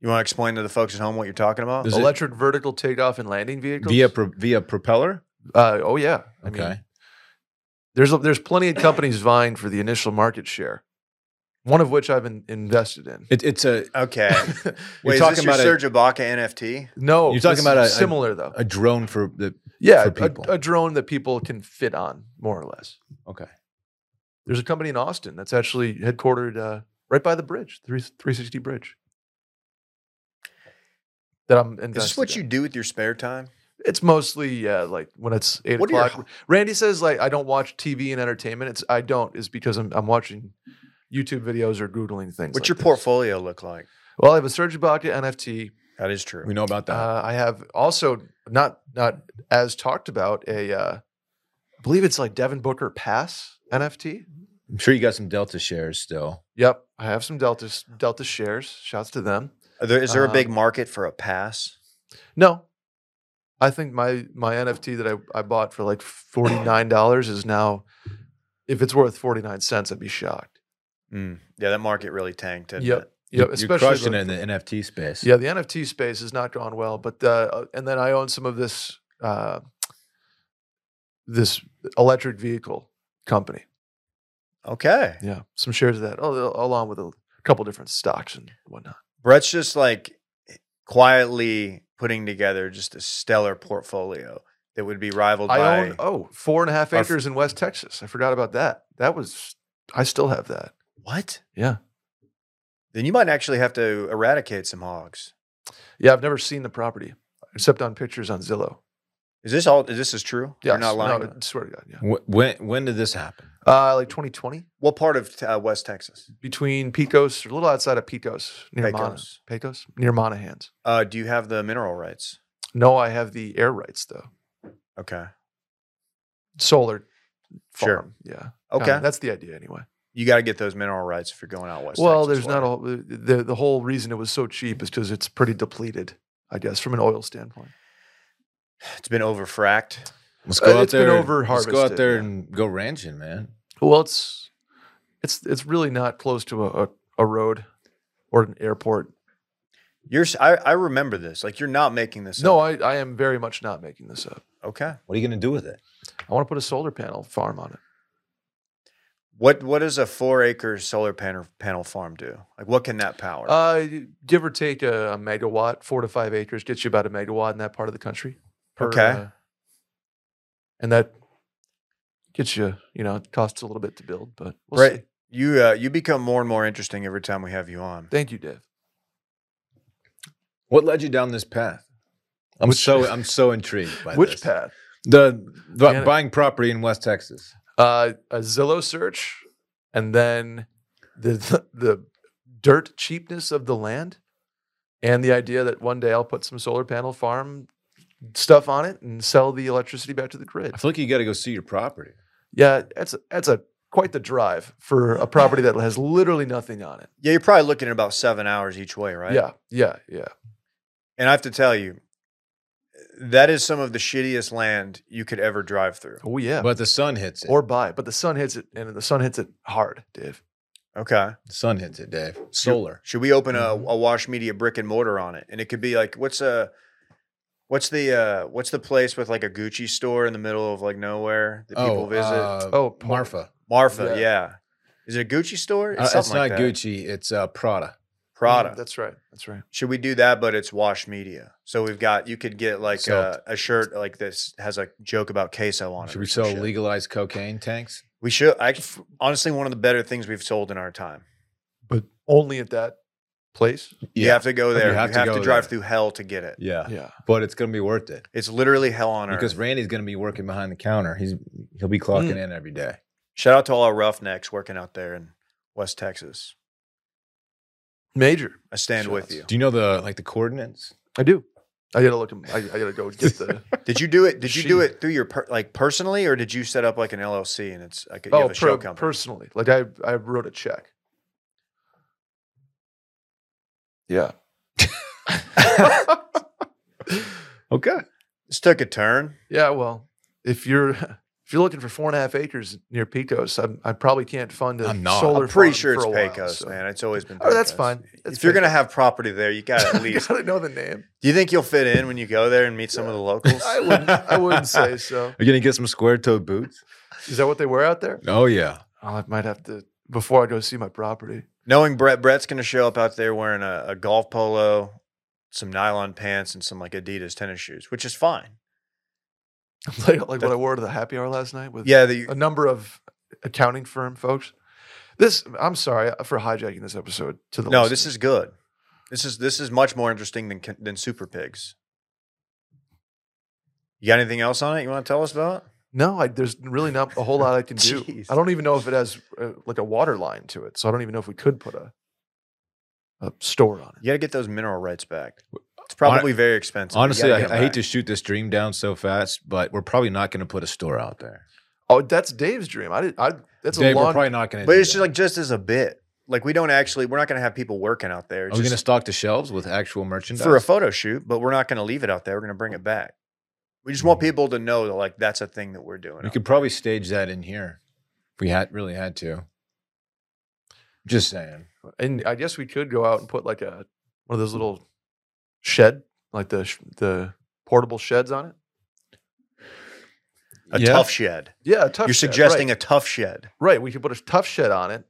A: You want to explain to the folks at home what you're talking about?
C: Is it-
B: electric vertical takeoff and landing vehicles.
C: Via pro, via propeller?
B: uh, oh yeah. I
C: Okay.
B: mean, there's there's plenty of companies vying for the initial market share. One of which I've in, invested in.
C: it, it's a
A: Oh, Okay.
C: you're
A: Wait,
C: talking
A: is this
C: about a,
A: your Serge Ibaka NFT?
B: No,
C: You're talking
B: this
C: about
B: is
C: a- a-
B: similar though.
C: a drone for the
B: yeah,
C: for
B: a-
C: people.
B: a, drone that people can fit on more or less.
C: okay.
B: There's a company in Austin that's actually headquartered uh, right by the bridge, three three sixty bridge. That I'm invested.
A: Is this what
B: in.
A: you do with your spare time?
B: It's mostly yeah, like when it's eight
A: What are your
B: o'clock. Randy says like I don't watch TV and entertainment. It's I don't is because I'm I'm watching YouTube videos or googling things.
A: What's
B: like
A: your
B: this.
A: portfolio look like?
B: Well, I have a Serge Ibaka NFT.
A: That is true.
C: We know about that.
B: Uh, I have also not not as talked about a. Uh, I believe it's like Devin Booker pass NFT.
C: I'm sure you got some Delta shares still.
B: Yep, I have some Delta Delta shares. Shouts to them.
A: Are there, is there a big
B: Um,
A: market for a pass?
B: No, I think my my NFT that I, I bought for like forty nine dollars is now, if it's worth forty nine cents, I'd be shocked.
A: Mm. Yeah, that market really tanked. didn't
B: Yep.
A: it?
B: Yep,
C: You're crushing
B: the-
C: it in the NFT space.
B: Yeah, the NFT space has not gone well, but uh, and then I own some of this uh, this electric vehicle company.
A: Okay.
B: Yeah, some shares of that, al- along with a couple different stocks and whatnot.
A: Brett's just like quietly putting together just a stellar portfolio that would be rivaled
B: I
A: by.
B: own oh four and a half
A: Our f-
B: acres in West Texas. I forgot about that. That was I still have that.
A: What?
B: Yeah,
A: Then you might actually have to eradicate some hogs.
B: yeah. I've never seen the property except on pictures on Zillow.
A: Is this all? Is this is true?
B: Yeah,
A: You're not lying. to
B: No, I
A: us?
B: swear to God. Yeah,
C: Wh- When when did this happen?
B: uh, like 2020
A: What part of uh, West Texas?
B: between Pecos, or a little outside of Pecos, near Mon-
A: Pecos.
B: Pecos, near Monahan's.
A: Uh, do you have the mineral rights?
B: No, I have the air rights though.
A: Okay.
B: Solar
A: Sure.
B: farm. Yeah.
A: Okay.
B: Kinda. that's the idea anyway.
A: you got to get those mineral rights if you're going out west.
B: well,
A: Texas
B: there's not
A: way.
B: a whole- the the whole reason it was so cheap is because it's pretty depleted, I guess, from an oil standpoint.
A: It's been overfracked.
C: Let's
B: Uh,
C: go out
B: it's been
C: there. let's
B: over-harvested,
C: go out there
B: yeah.
C: and go ranching, man.
B: Well, it's it's it's really not close to a, a, a road or an airport.
A: You're. s- I, I remember this. Like you're not making this.
B: no,
A: up.
B: I, I am very much not making this up.
A: okay.
C: What are you going to do with it?
B: I want to put a solar panel farm on it.
A: What What does a four acre solar panel panel farm do? Like what can that power?
B: Uh, give or take a, a megawatt, four to five acres gets you about a megawatt in that part of the country.
A: Okay.
B: uh, and that gets you, you know, it costs a little bit to build, but we'll
A: Brett,
B: see.
A: you uh, you become more and more interesting every time we have you on.
B: Thank you, Dave.
C: What led you down this path? I'm
B: Which-
C: so I'm so intrigued by
B: Which
C: this.
B: path?
C: The, the
B: Man, it-
C: buying property in West Texas.
B: Uh, a Zillow search, and then the, the the dirt cheapness of the land, and the idea that one day I'll put some solar panel farm stuff on it and sell the electricity back to the grid.
C: I feel like you got to go see your property.
B: Yeah, that's that's a quite the drive for a property that has literally nothing on it.
A: Yeah, you're probably looking at about seven hours each way, right?
B: Yeah, yeah, yeah.
A: And I have to tell you, that is some of the shittiest land you could ever drive through.
B: Oh yeah.
C: But the sun hits it.
B: or buy, but the sun hits it, and the sun hits it hard, Dave.
A: Okay.
C: the sun hits it, Dave. Solar. Mm-hmm.
A: Should we open a,
B: Mhm.
A: a Wash Media brick and mortar on it? And it could be like, what's a uh, What's the uh, what's the place with like a Gucci store in the middle of like nowhere that people visit?
C: uh,
B: Oh, Paul-
C: Marfa.
A: Marfa,
C: yeah.
A: yeah. Is it a Gucci store?
C: Uh, it's
A: something like
C: not
A: that.
C: Gucci. It's uh, Prada.
A: Prada.
B: That's right. That's right.
A: Should we do that? But it's Wash Media. So we've got you could get like
C: So-
A: a, a shirt like this has a joke about queso on it.
C: Should
A: or
C: we
A: some
C: sell
A: shit.
C: legalized cocaine tanks?
A: We should. I, honestly, one of the better things we've sold in our time.
B: But only at that place.
A: You have
B: Oh,
A: to go
C: You
A: there. You
C: have
A: have,
C: to
A: to,
C: go
A: drive
C: there.
A: through hell to get it.
C: Yeah.
B: Yeah.
C: But it's gonna be worth it
A: It's literally hell on earth.
C: because Randy's gonna be working behind the counter. He's he'll be clocking
B: Mm.
C: in every day.
A: Shout out to all our roughnecks working out there in West Texas.
B: Major.
A: I stand
B: Shout
A: with
B: outs.
A: you.
C: Do you know the like the coordinates?
B: I do. I gotta look. 'em- I, I gotta go get the.
A: Did you do it? Did you do
B: Shit.
A: it through your per, like personally, or did you set up like an LLC and it's like you
B: oh,
A: have a show
B: per,
A: company?
B: personally, like I, I wrote a check. Yeah.
C: Okay.
A: this took a turn.
B: Yeah, well, if you're if you're looking for four and a half acres near Pecos, I'm, I probably can't fund a
C: I'm not.
B: solar.
A: I'm pretty
B: farm
A: sure
B: for
A: it's
B: a while,
A: Pecos,
B: so-
A: man. It's always been.
B: Oh, that's
A: Pecos.
B: fine. It's Oh
A: if you're gonna
B: Pecos.
A: have property there, you gotta at least.
B: you gotta know the name.
A: do you think you'll fit in when you go there and meet some of the locals?
B: I wouldn't. I wouldn't say so.
C: Are you gonna get some square toed boots?
B: Is that what they wear out there?
C: Oh yeah.
B: Oh, I might have to before I go see my property.
A: Knowing Brett, Brett's gonna show up out there wearing a, a golf polo, some nylon pants, and some like Adidas tennis shoes, which is fine.
B: Like, like what I wore to the happy hour last night with
A: Yeah, the,
B: a number of accounting firm folks. This, I'm sorry uh, for hijacking this episode to the.
A: no, this
B: listeners.
A: is good. This is this is much more interesting than con- than Super Pigs. You got anything else on it you want to tell us about?
B: No, I, there's really not a whole lot I can do.
A: Jeez.
B: I don't even know if it has uh, like a water line to it, so I don't even know if we could put a a store on it.
A: You got to get those mineral rights back. It's probably very expensive. You
C: Honestly,
A: gotta get
C: I, I
A: 'em
C: hate
A: back.
C: to shoot this dream down so fast, but we're probably not gonna put a store out there.
B: Oh, that's Dave's dream. I, did, I that's
C: Dave,
B: a
C: we're
B: long.
C: probably not gonna.
A: But
C: do
A: it's just
C: that.
A: like just as a bit. Like we don't actually, we're not going to have people working out there.
C: Are
A: It's
C: we gonna
A: just
C: stock the shelves with actual merchandise?
A: for a photo shoot, but we're not going to leave it out there. We're going to bring it back. We just want people to know that like that's a thing that we're doing.
C: we could probably stage that in here if we had really had to. Just saying.
B: and I guess we could go out and put like a one of those little shed, like the sh- the portable sheds on it.
A: a
C: Yeah.
A: tough shed.
B: Yeah, a tough.
A: You're suggesting a tough shed.
B: right. We could put a tough shed on it.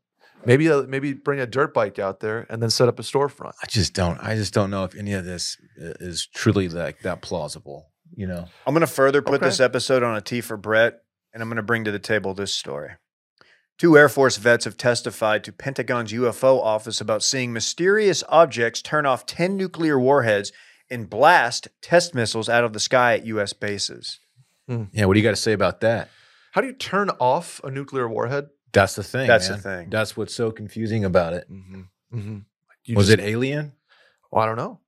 B: Maybe uh, maybe bring a dirt bike out there and then set up a storefront.
C: I just don't. I just don't know if any of this i- is truly like that plausible. You know,
A: I'm going to further put
B: Okay.
A: this episode on a tee for Brett, and I'm going to bring to the table this story. Two Air Force vets have testified to Pentagon's UFO office about seeing mysterious objects turn off 10 nuclear warheads and blast test missiles out of the sky at U.S. bases.
C: yeah. What do you got to say about that?
B: How do you turn off a nuclear warhead?
C: That's the thing.
A: That's the
C: man.
A: thing.
C: That's what's so confusing about it.
B: Mm-hmm. Mm-hmm.
C: Was it alien?
B: Well, I don't know.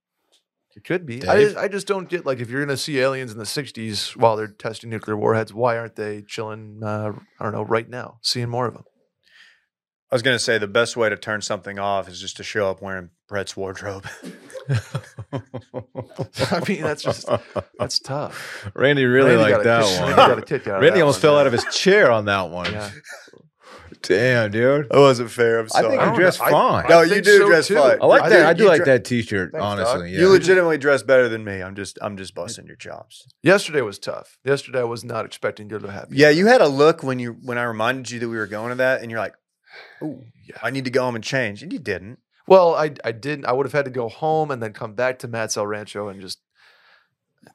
B: It could be. I
C: Dave?
B: just, I just don't get like if you're gonna see aliens in the '60s while they're testing nuclear warheads, why aren't they chilling? Uh, I don't know, right now, seeing more of them.
A: I was going to say the best way to turn something off is just to show up wearing Brett's wardrobe.
B: I mean, that's just that's tough.
C: Randy really
B: Randy
C: liked
B: got a kick-
C: that
B: Randy
C: one.
B: got a kick out of
C: Randy
B: that
C: almost
B: one,
C: fell
B: yeah.
C: out of his chair on that one.
B: Yeah.
C: Damn, dude.
A: That wasn't fair. I'm
C: I think
B: I
C: you
B: don't
C: dressed
B: know. I-
C: fine.
A: No, you
B: think
A: do dress fine.
C: I like
B: I
C: that.
B: think
C: I
B: you
C: do like
B: dre-
C: that T-shirt.
B: Thanks, dog.
C: honestly, yeah.
A: You legitimately dress better than me. I'm just I'm just busting your chops.
B: Yesterday was tough. Yesterday I was not expecting good to happen.
A: Yeah, you had a look when you when I reminded you that we were going to that, and you're like, "Ooh,
B: Yeah.
A: I need to go home and change," and you didn't.
B: Well, I I didn't. I would have had to go home and then come back to Matt's El Rancho and just.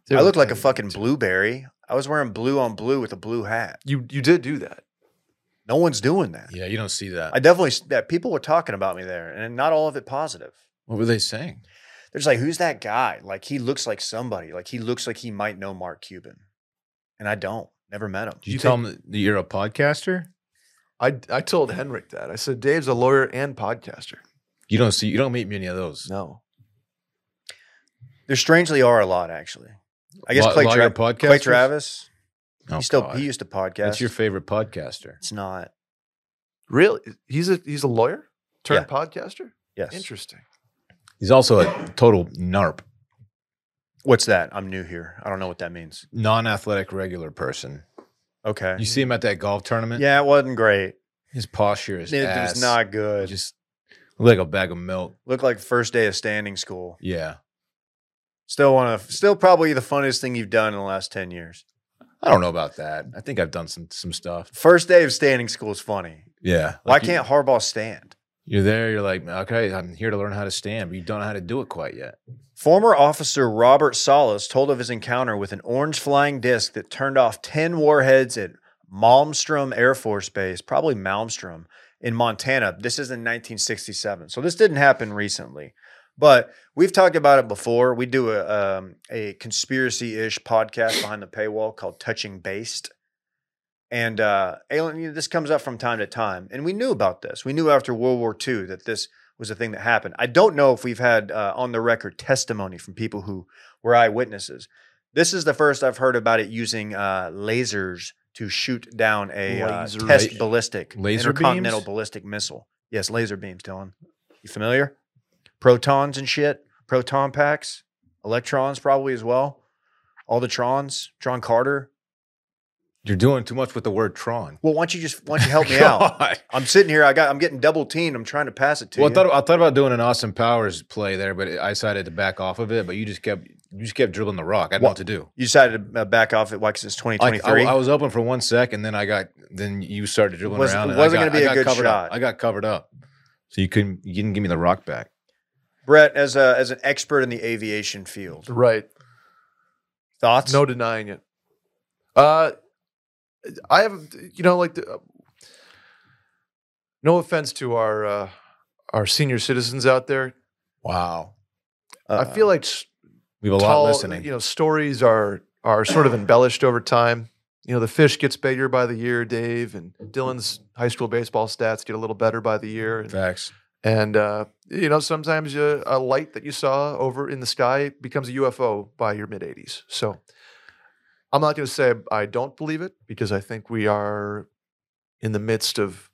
A: I looked like a fucking blueberry. I was wearing blue on blue with a blue hat.
B: You you did do that.
A: No one's doing that.
C: Yeah, you don't see that.
A: I definitely that people were talking about me there, and not all of it positive.
C: what were they saying?
A: They're just like, "Who's that guy? Like he looks like somebody. Like he looks like he might know Mark Cuban," and I don't. Never met him.
C: Did you,
B: You
C: tell them that you're a podcaster?
B: I I told Henrik that. I said Dave's a lawyer and podcaster.
C: You don't see. You don't meet many of those.
B: No.
A: There strangely are a lot actually. I guess
C: Law-
A: Clay,
C: lawyer
A: Tra- Clay
C: podcasters?
A: Travis.
C: Oh,
A: he still
C: God.
A: he used to podcast.
C: That's your favorite podcaster.
A: it's not.
B: Really? He's a he's a lawyer turned podcaster.
A: Yes.
B: Interesting.
C: He's also a total narp,
A: What's that? I'm new here. I don't know what that means.
C: non-athletic, regular person.
A: Okay.
C: You see him at that golf tournament.
A: yeah, it wasn't great.
C: his posture is
A: it
C: ass.
A: was not good.
C: just like a bag of milk.
A: Looked like first day of standing school.
C: Yeah,
A: Still one of still probably the funniest thing you've done in the last 10 years.
C: I don't know about that. I think I've done some some stuff.
A: First day of standing school is funny.
C: Yeah.
A: Why
C: Like, you-
A: can't Harbaugh stand?
C: You're there. You're like, okay, I'm here to learn how to stand, but you don't know how to do it quite yet.
A: Former officer Robert Salas told of his encounter with an orange flying disc that turned off 10 warheads at Malmstrom Air Force Base, probably Malmstrom in Montana. This is in 1967. So this didn't happen recently. But we've talked about it before. We do a, um, a conspiracy ish podcast behind the paywall called Touching Based. And uh, alien, you know, this comes up from time to time. And we knew about this. We knew after World War II that this was a thing that happened. I don't know if we've had uh, on the record testimony from people who were eyewitnesses. This is the first I've heard about it using uh, lasers to shoot down a uh,
B: Laser
A: test
C: beams.
A: ballistic
C: Laser
A: intercontinental
C: beams?
A: ballistic missile. Yes, laser beams, Dylan. You familiar? Protons and shit, proton packs, electrons probably as well. All the trons, Tron Carter.
C: You're doing too much with the word Tron.
A: Well, why don't you just why don't you help me out?
C: God.
A: I'm sitting here. I got. I'm getting double teamed. I'm trying to pass it to
C: Well, I
A: you.
C: thought, I thought about doing an Austin Powers play there, but I decided to back off of it. But you just kept you just kept dribbling the rock. I didn't know what to do.
A: you decided to uh, back off it. Why? Because it's
C: I,
A: 2023.
C: I, I was open for one sec, and then I got then you started dribbling
A: Was-
C: around.
A: it
C: and I
A: wasn't
C: got-
A: gonna be
C: I
A: a
C: got
A: good
C: covered
A: shot.
C: Up. I got covered up, so you couldn't you didn't give me the rock back.
A: Brett, as a as an expert in the aviation field,
B: Right.
A: thoughts?
B: No denying it. Uh, I have, you know, like, the, uh, no offense to our uh, our senior citizens out there.
C: Wow,
A: Uh,
B: I feel like s-
C: we have a
B: tall,
C: lot listening.
B: You know, stories are are sort of embellished over time. You know, the fish gets bigger by the year, Dave, and Dylan's high school baseball stats get a little better by the year. And,
C: Facts.
B: and uh, you know, sometimes uh a light that you saw over in the sky becomes a UFO by your mid 80s. So I'm not going to say I don't believe it because I think we are in the midst of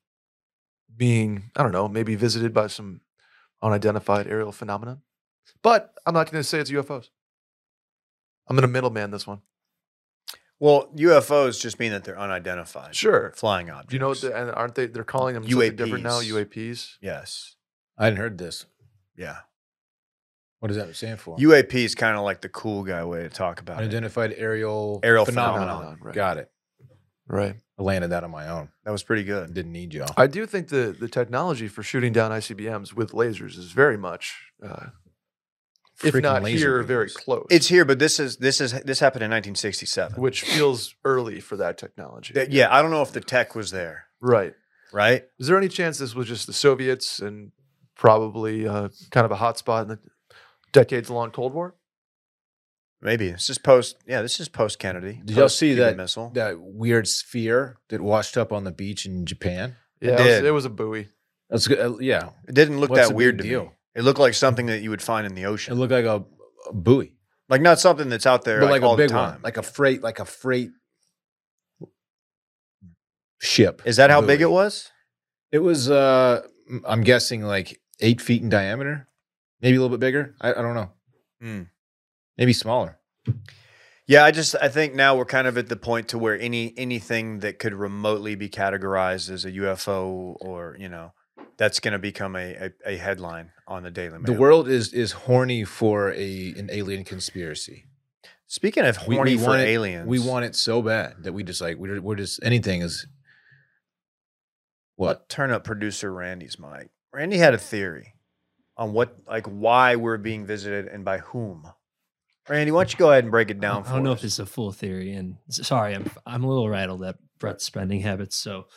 B: being, I don't know, maybe visited by some unidentified aerial phenomenon. But I'm not going to say it's UFOs. I'm going to middleman this one.
A: well, UFOs just mean that they're unidentified
B: Sure.
A: flying objects.
B: You know, what the- and aren't they? They're calling them something different now.
A: UAPs.
B: UAPs.
A: yes,
C: I hadn't heard this.
A: yeah.
C: What does that stand for?
A: UAP is kind of like the cool guy way to talk about it.
C: Unidentified aerial
A: Aerial
C: phenomenon.
A: phenomenon,
B: right?
C: Got it.
B: Right.
C: I landed that on my own.
A: That was pretty good.
C: Didn't need y'all.
B: I do think the the technology for shooting down ICBMs with lasers is very much, uh, if
C: Freaking
B: not
C: laser
B: here, very
C: beams.
B: close.
A: It's here, but this is this is this happened in 1967.
B: which feels early for that technology.
A: That- yeah, I don't know if the tech was there,
B: right.
A: right?
B: Is there any chance this was just the Soviets and probably uh, kind of a hotspot in the decades long Cold War?
A: Maybe this is post. Yeah, this is post Kennedy.
C: Did y'all see that-
A: missile?
C: that weird sphere that washed up on the beach in Japan.
A: It
B: Yeah, it, was,
A: did.
B: it was a buoy.
C: That's good. uh, yeah.
A: It didn't look
C: What's the
A: that
C: big
A: weird to me.
C: deal?
A: It looked like something that you would find in the
C: It
A: ocean,
C: looked like a, a buoy,
A: like not something that's out there
C: but like,
A: all
C: a big
A: the time.
C: one, like a freight, like a freight ship.
A: is that how big it
C: buoy.
A: was?
C: It was, uh, I'm guessing, like eight feet in diameter, maybe a little bit bigger. I, I don't know.
A: Hmm.
C: Maybe smaller.
A: Yeah, I just I think now we're kind of at the point to where any anything that could remotely be categorized as a UFO or you know that's going to become a, a a headline on the Daily Mail.
C: The world is is horny for a an alien conspiracy.
A: Speaking of
C: We- we
A: horny for
C: want it-
A: aliens,
C: We want it so bad that we just like we're, we're just anything is. What?
A: turn up producer Randy's mic. Randy had a theory on what like why we're being visited and by whom. Randy, why don't you go ahead and break it down
D: I
A: for
D: don't know if
A: us?
D: it's a full theory, and s- sorry, I'm I'm a little rattled at Brett's spending habits. So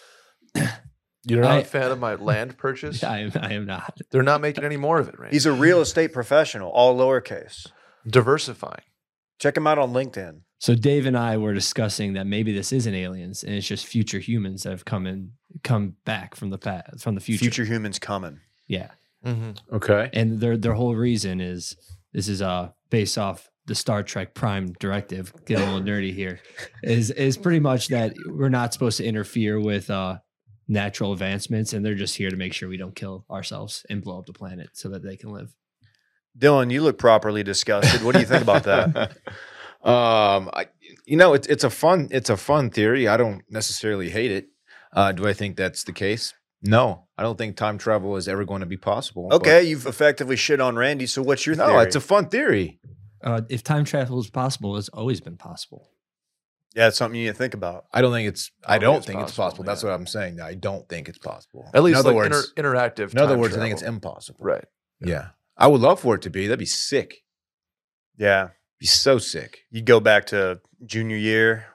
B: You're not
D: I-
B: a fan of my land purchase?
D: I am I am not.
B: They're not making any more of it, right?
A: He's a real estate professional, all lowercase.
B: diversifying.
A: Check him out on LinkedIn.
D: So Dave and I were discussing that maybe this isn't aliens, and it's just future humans that have come in, come back from the past, from the future.
A: Future, humans coming.
D: yeah.
C: Mm-hmm. Okay.
D: And their their whole reason is this is uh based off the Star Trek Prime directive. Get a little nerdy here. Is is pretty much that we're not supposed to interfere with uh natural advancements, and they're just here to make sure we don't kill ourselves and blow up the planet so that they can live.
A: Dylan, you look properly disgusted. What do you think about that?
B: Oh,
C: um, I, you know, it's it's a fun it's a fun theory. I don't necessarily hate it. Uh, do I think that's the case? No, I don't think time travel is ever going to be possible. but-
A: Okay, you've effectively shit on Randy. So what's your
C: no,
A: theory?
C: it's a fun theory.
D: Uh, if time travel is possible, it's always been possible.
A: Yeah, it's something you need to think about.
C: I don't think it's.
B: I
C: I
B: don't think
C: don't
B: it's
C: think it's
B: possible,
C: possible. That's
B: yeah.
C: what I'm saying. I don't think it's possible.
B: At least
C: in other
B: like
C: words,
B: inter- interactive.
C: in other
B: time
C: words, I think it's
B: travel.
C: impossible.
B: right.
C: Yeah. I would love for it to be. That'd be sick.
A: Yeah,
C: Be so sick.
A: you go back to junior year,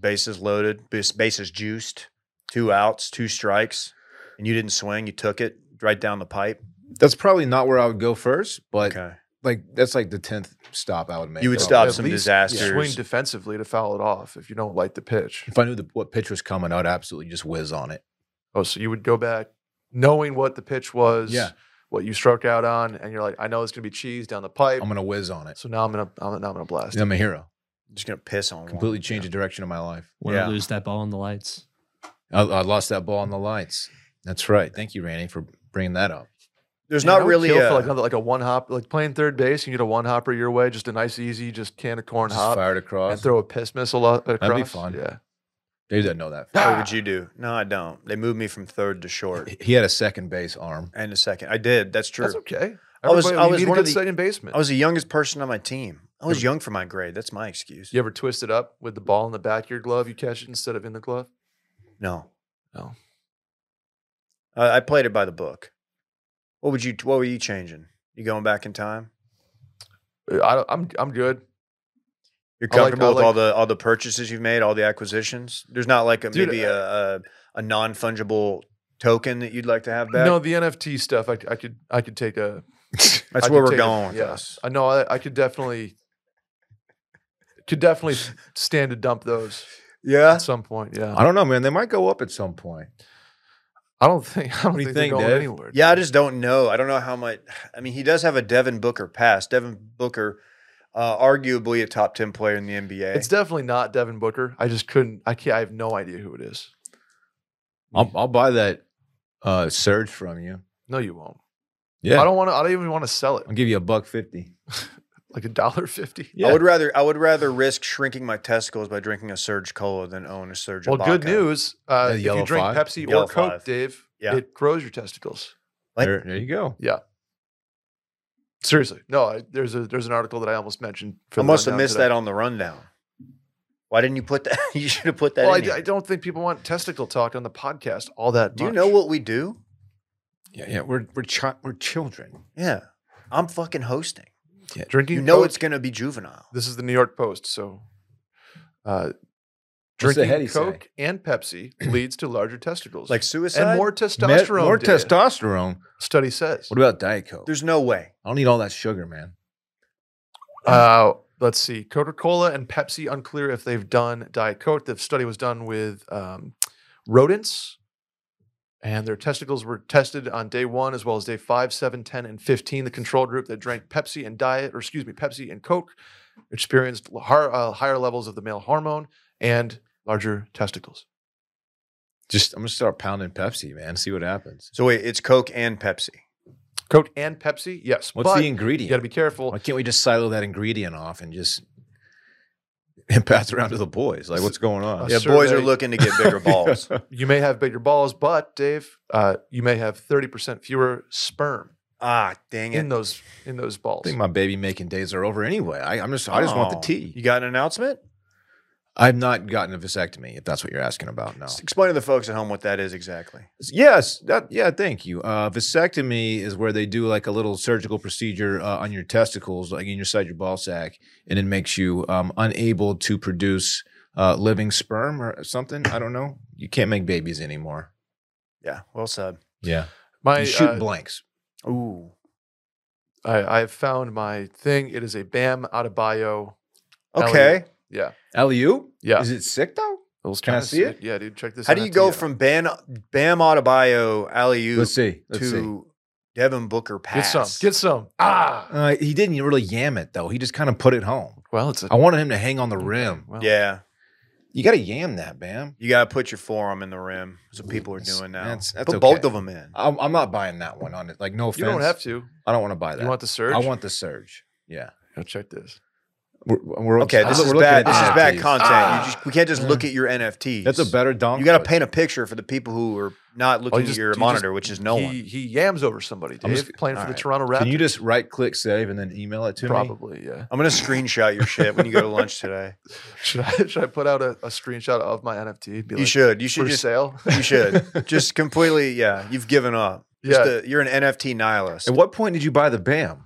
A: bases loaded, bas- bases juiced, two outs, two strikes, and you didn't swing. You took it right down the pipe.
C: That's probably not where I would go first, but
A: Okay,
C: like that's like the tenth stop I would make.
A: you would
C: probably.
A: stop
B: At
A: some
B: least
A: disasters.
B: Swing defensively to foul it off if you don't like the pitch.
C: If I knew the, what pitch was coming, I'd absolutely just whiz on it.
B: Oh, so you would go back knowing what the pitch was,
C: Yeah.
B: what you struck out on, and you're like, I know it's gonna be cheese down the pipe.
C: I'm gonna whiz on it.
B: so now I'm gonna I'm, now I'm gonna blast.
C: I'm a hero.
A: just gonna piss on one.
C: Completely change the direction of my life.
D: When I
A: Yeah.
D: lose that ball in the lights,
C: I, I lost that ball on the lights. That's right. Thank you, Randy, for bringing that up.
A: There's
B: Man, I
A: not
B: would
A: really
B: kill for
A: a,
B: like another like a one hop like playing third base. You need a one hopper your way, just a nice easy just can of corn
C: Just
B: hop
C: fired
B: and
C: across.
B: throw a piss missile a- across.
C: fun.
B: Yeah,
C: They didn't know that.
B: Ah!
A: What would you do? No, I don't. They moved me from third to short
C: He had a second base arm.
A: and a second. I did. That's true.
B: that's okay.
A: I was-
B: Everybody-
A: I
B: you
A: was
B: need a
A: one of
B: good
A: the-
B: second baseman.
A: I was the youngest person on my team. I was
B: Mm.
A: young for my grade. That's my excuse.
B: you ever twist it up with the ball in the back of your glove? You catch it instead of in the glove.
A: No.
B: No.
A: I I played it by the book. What would you? What were you changing? You going back in time?
B: Uh, I, don't- I'm I'm good.
A: You're
B: I like-
A: comfortable
B: I
A: with all the all the purchases you've made, all the acquisitions. There's not like a,
B: Dude,
A: maybe a, a a non fungible token that you'd like to have back.
B: No, the NFT stuff. I, I could I could take a.
A: that's
B: I
A: where
B: could
A: we're
B: take
A: going.
B: A,
A: with
B: yes,
A: this.
B: I know. I, I could definitely could definitely stand to dump those
A: Yeah.
B: at some point. Yeah,
C: I don't know, man. They might go up at some point.
B: I don't think I don't
C: What do you
B: think, they're
C: think,
B: going
C: Dave?
B: anywhere.
A: Yeah, I just don't know. I don't know how much. I mean, he does have a Devin Booker pass. Devin Booker, uh, arguably a top ten player in the NBA.
B: It's definitely not Devin Booker. I just couldn't. I can't. I have no idea who it is.
C: I'll, I'll buy that uh, surge from you.
B: No, you won't.
C: Yeah.
B: I don't want to. I don't even want to sell it.
C: I'll give you a buck fifty.
B: Like a dollar fifty.
A: I would rather I would rather risk shrinking my testicles by drinking a Surge Cola than own a Surge.
B: Well, good
A: Ibaka.
B: news. Uh,
C: Yeah,
B: if you
C: yellow
B: drink
C: five.
B: Pepsi or
A: Yellow
B: Coke,
A: five.
B: Dave,
A: Yeah.
B: it grows your testicles.
A: What?
C: There, there you go.
B: Seriously, no. I, there's a there's an article that I almost mentioned. For
A: I
B: the
A: must have
B: rundown
A: missed
B: today.
A: that on the rundown. Why didn't you put that? you should have put that.
B: Well, I,
A: in
B: d-
A: here.
B: I don't think people want testicle talk on the podcast all that.
A: Do you
B: much.
A: know what we do?
C: Yeah, yeah. We're we're chi- we're children.
A: Yeah, I'm fucking hosting.
B: drinking?
A: You, know
B: Coke-
A: it's gonna be juvenile.
B: This is the New York Post. So, uh,
C: What's the
B: drinking
C: heady say?
B: Coke and Pepsi leads to larger testicles,
A: Like suicide.
B: and more testosterone.
C: More
B: data,
C: testosterone.
B: Study says.
C: What about Diet Coke?
A: There's no way.
C: I don't need all that sugar, man.
B: Uh, let's see. Coca Cola and Pepsi unclear if they've done Diet Coke. The study was done with um, rodents, and their testicles were tested on day one as well as day five, seven, 10, and 15. The control group that drank Pepsi and Diet, or excuse me, Pepsi and Coke, experienced har- uh, higher levels of the male hormone and larger testicles.
C: Just I'm gonna start pounding Pepsi, man. See what happens.
A: So wait, it's Coke and Pepsi.
B: Coke and Pepsi, yes.
C: What's
B: but
C: the ingredient?
B: you got to be careful.
C: Why can't we just silo that ingredient off and just and pass around to the boys? Like, what's going on?
B: A
A: yeah, boys are
B: survey-
A: looking to get bigger balls.
B: You may have bigger balls, but Dave, uh, you may have 30% fewer sperm
A: Ah, dang it!
B: in those in those balls.
C: I think my baby making days are over anyway. I, I'm just I just want the
A: Oh.
C: tea.
A: You got an announcement?
C: I've not gotten a vasectomy, if that's what you're asking about. No.
A: S- Explain to the folks at home what that is exactly.
C: Yes. That, yeah. Thank you. Uh, vasectomy is where they do like a little surgical procedure uh, on your testicles, like in inside your ball sack, and it makes you um, unable to produce uh, living sperm or something. I don't know. You can't make babies anymore.
A: Yeah, well said.
C: Yeah.
B: My
C: You shoot
B: uh,
C: blanks.
A: Ooh.
B: I, I have found my thing. It is a Bam Adebayo.
A: Okay.
B: Yeah.
C: LU?
B: Yeah.
C: Is it sick though?
B: It was
C: Can I
B: kinda
C: see
B: sick.
C: it?
B: Yeah, dude. Check this
A: How do you
B: NFT
A: go
B: out. uh,
A: from Bam, Bam Adebayo alley oop
C: Let's see. Let's see.
A: to Devin Booker
B: Get
A: pass?
B: some. Get some. Ah.
C: Uh, he didn't really yam it though. He just kind of put it home.
B: Well, it's a.
C: I wanted him to hang on the rim.
B: well,
A: yeah,
C: You got to yam that, Bam.
A: you got to put your forearm in the rim. That's what people are
C: That's-
A: doing now.
C: that's- that's
A: put
C: okay.
A: both of them in.
C: I'm, I'm not buying that one on it. Like no offense.
B: You don't have to.
C: I don't want to buy that.
B: You want the surge?
C: I want the surge. Yeah.
B: Now check this.
C: We're, we're
A: Okay, this
C: we're
A: is
C: looking
A: bad.
C: at
A: This is bad
C: NFTs.
A: content.
B: Ah.
A: you just, we can't just look at your NFTs.
C: That's a better dom.
A: You got to paint a picture for the people who are not looking
B: just-
A: at your
B: Oh, you
A: monitor,
B: just-
A: which is no
B: he,
A: one.
B: He yams over somebody.
C: I'm
B: Dave,
C: just-
B: playing for the
A: alright.
B: Toronto Raptors.
C: Can you just right click save and then email it to me?
B: Probably, yeah.
A: I'm gonna screenshot your shit when you go to lunch today.
B: Should I should I put out a, a screenshot of my NFT? and Be
A: you
B: like,
A: should. You should
B: for
A: just.
B: sale.
A: You should just completely. Yeah, you've given up. Just
B: Yeah.
A: a- you're an NFT nihilist.
C: At what point did you buy the BAM?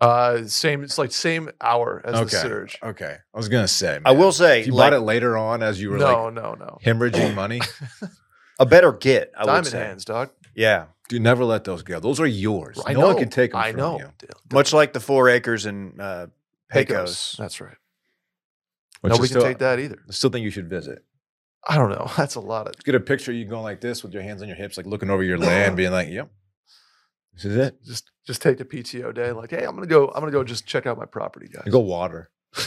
B: Uh, same. It's like same hour as
C: Okay.
B: the surge.
C: Okay, I was gonna say.
A: I will
C: man,
A: say,
C: If you
A: like
C: bought it later on as you were
B: No,
C: like
B: no, no.
C: hemorrhaging money.
A: a better get. I would
B: Diamond
A: say.
B: hands, dog.
A: Yeah,
C: Dude, never let those go. Those are yours.
B: I
C: no
B: know.
C: one can take them.
B: I
C: from
B: know.
C: You.
A: much like the four acres in uh,
B: Pecos.
A: Pecos.
B: That's right.
C: Which
B: Nobody
C: is
B: can
C: still-
B: take that either.
C: I still think you should visit.
B: I don't know. That's a lot of.
C: Get a picture of you going like this with your hands on your hips, like looking over your land, being like, "Yep, this is it."
B: Just just take the PTO day. Like, hey, I'm gonna go. I'm gonna go just check out my property, guys.
C: Go water.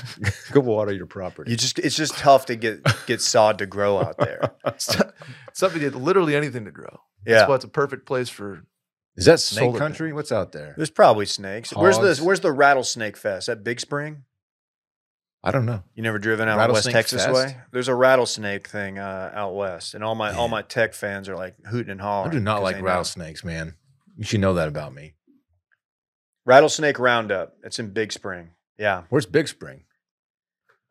C: Go water your property.
A: You just it's just tough to get get sod to grow out there.
B: Something did literally anything to grow.
A: Yeah,
B: That's why it's a perfect place for.
C: Is that snake
B: Solar
C: country? What's out there?
A: there's probably snakes. Where's
C: Hogs.
A: this? Where's the rattlesnake fest at Big Spring?
C: I don't know.
A: You never driven out West
C: Rattlesnake
A: Texas
C: fest?
A: way? There's a rattlesnake thing uh, out west, and all my all
C: Man.
A: my tech fans are like hooting and
C: I
A: hollering.
C: do not
A: 'cause
C: like
A: they know.
C: rattlesnakes, man. You should know that about me.
A: Rattlesnake Roundup. It's in Big Spring. Yeah,
C: Where's Big Spring?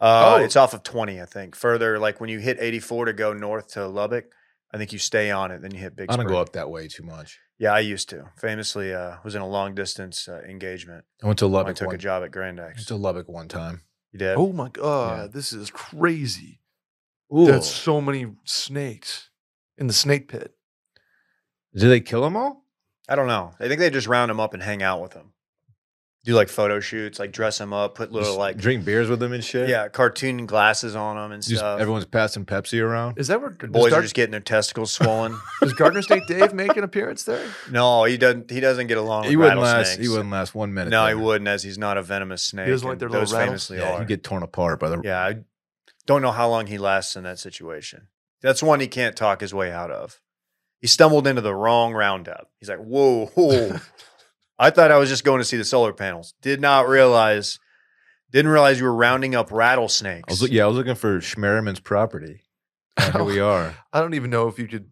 A: uh,
B: Oh.
A: it's off of 20, I think. Further, like when you hit 84 to go north to Lubbock, I think you stay on it, then you hit Big
C: I
A: Spring.
C: don't go up that way too much.
A: Yeah, I used to. Famously, uh, was in a long distance uh, engagement.
C: I went to
A: when I
C: Lubbock.
A: took
C: One,
A: a job at Grand
C: I went
A: X.
C: to Lubbock one time.
A: You did?
B: Oh my god, this is crazy.
C: Ooh.
B: That's so many snakes in the snake pit.
C: Did they kill them all?
A: I don't know. I think they just round them up and hang out with them. Do like photo shoots, like dress them up, put little
C: Just
A: like
C: drink beers with them and shit.
A: yeah, cartoon glasses on them and
C: Just
A: stuff.
C: everyone's passing Pepsi around.
B: Is that where does
A: Boys are
B: Gar-
A: just getting their testicles swollen.
B: does Gardner Snake Dave make an appearance there?
A: no, he doesn't. He doesn't get along.
C: He
A: with
C: wouldn't last.
A: rattlesnakes.
C: He wouldn't last one minute.
A: No, he
C: there.
A: wouldn't, as he's not a venomous snake.
B: doesn't like
A: and
B: their little
A: those
B: rattles?
A: famously
C: Yeah,
A: are.
C: he'd get torn apart by the.
A: yeah, I don't know how long he lasts in that situation. That's one he can't talk his way out of. He stumbled into the wrong roundup. He's like, whoa, whoa. I thought I was just going to see the solar panels. Did not realize, didn't realize you were rounding up rattlesnakes.
C: I was, look- yeah, I was looking for Schmerman's property. And here we are.
A: Oh,
B: I don't even know if you could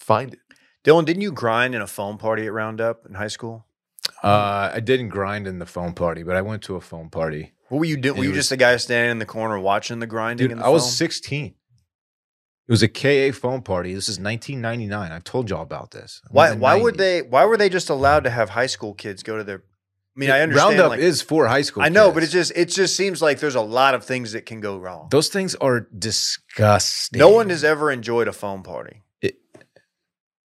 B: find it.
A: Dylan, didn't you grind in a foam party at Roundup in high school?
C: Uh, I didn't grind in the phone party, but I went to a phone party.
A: What were you doing? Were
C: It
A: you
C: was-
A: just the guy standing in the corner watching the grinding?
C: Dude,
A: in
C: I
A: the
C: was
A: foam?
C: 16. It was a KA phone party. This is 1999. I've told y'all about this. I was
A: Why?
C: in
A: Why would
C: 90s.
A: they? Why were they just allowed to have high school kids go to their? I mean, I understand.
C: Roundup
A: like,
C: is for high school.
A: I know,
C: kids.
A: but it just it just seems like there's a lot of things that can go wrong.
C: those things are disgusting.
A: No one has ever enjoyed a foam party.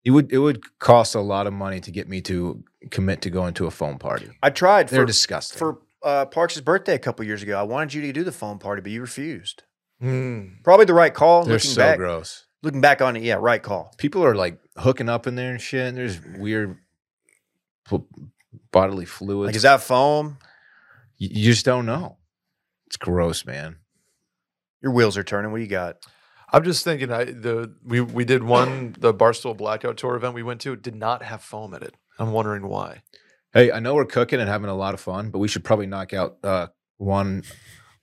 C: It would it would cost a lot of money to get me to commit to going to a phone party.
A: I tried
C: They're
A: for
C: disgusting.
A: for uh, Parks' birthday a couple years ago. I wanted you to do the foam party, but you refused.
C: Hmm.
B: Mm.
A: Probably the right call.
C: They're
A: looking
C: so
A: back,
C: gross.
A: looking back on it, yeah, right call.
C: People are like hooking up in there and shit. And there's weird p- bodily fluids.
A: Like, is that foam?
C: you, you just don't know. It's gross, man.
A: Your wheels are turning. What do you got?
B: I'm just thinking. I the we we did one the Barstool Blackout Tour event we went to did not have foam in it. I'm wondering why.
C: Hey, I know we're cooking and having a lot of fun, but we should probably knock out uh, one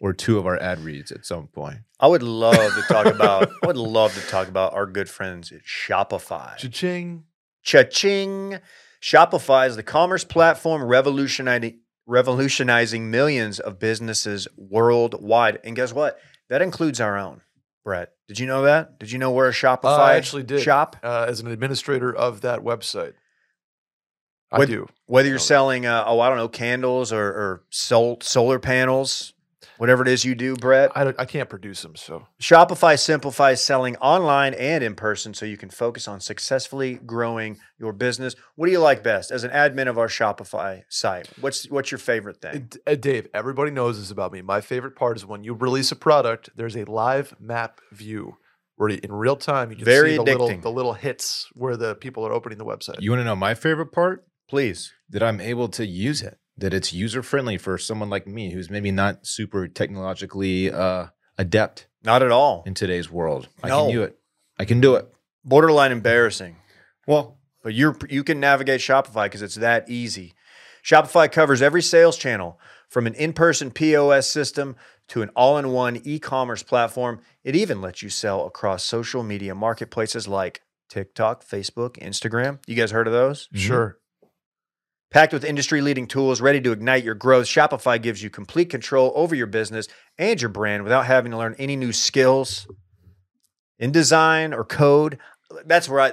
C: or two of our ad reads at some point.
A: I would love to talk about. I would love to talk about our good friends at Shopify.
B: Cha-ching.
A: Cha-ching! Shopify is the commerce platform revolutionizing revolutionizing millions of businesses worldwide. And guess what? That includes our own. Brett, did you know that? Did you know we're a Shopify
B: Uh, I actually did
A: shop?
B: uh, as an administrator of that website. I
A: What-
B: do.
A: Whether you're
B: know that.
A: selling, uh, oh, I don't know, candles or, or sol- solar panels, whatever it is you do, Brett.
B: I, don't- I can't produce them, so
A: Shopify simplifies selling online and in person so you can focus on successfully growing your business. What do you like best as an admin of our Shopify site? What's what's your favorite thing?
B: D- uh, Dave, everybody knows this about me. My favorite part is when you release a product, there's a live map view where in real time you can
A: Very
B: see the little,
A: addicting.
B: the little hits where the people are opening the website.
C: You want to know my favorite part?
A: Please.
C: That I'm able to use it, that it's user friendly for someone like me who's maybe not super technologically uh, adept
A: Not at all.
C: in today's world. I
A: No.
C: can do it. I can do it.
A: Borderline embarrassing.
C: Well,
A: But you're you can navigate Shopify because it's that easy. Shopify covers every sales channel From an in person POS system to an all in one e commerce platform, it even lets you sell across social media marketplaces like TikTok, Facebook, Instagram. You guys heard of those?
B: Sure.
A: Packed with industry leading tools ready to ignite your growth, Shopify gives you complete control over your business and your brand without having to learn any new skills in design or code. That's where I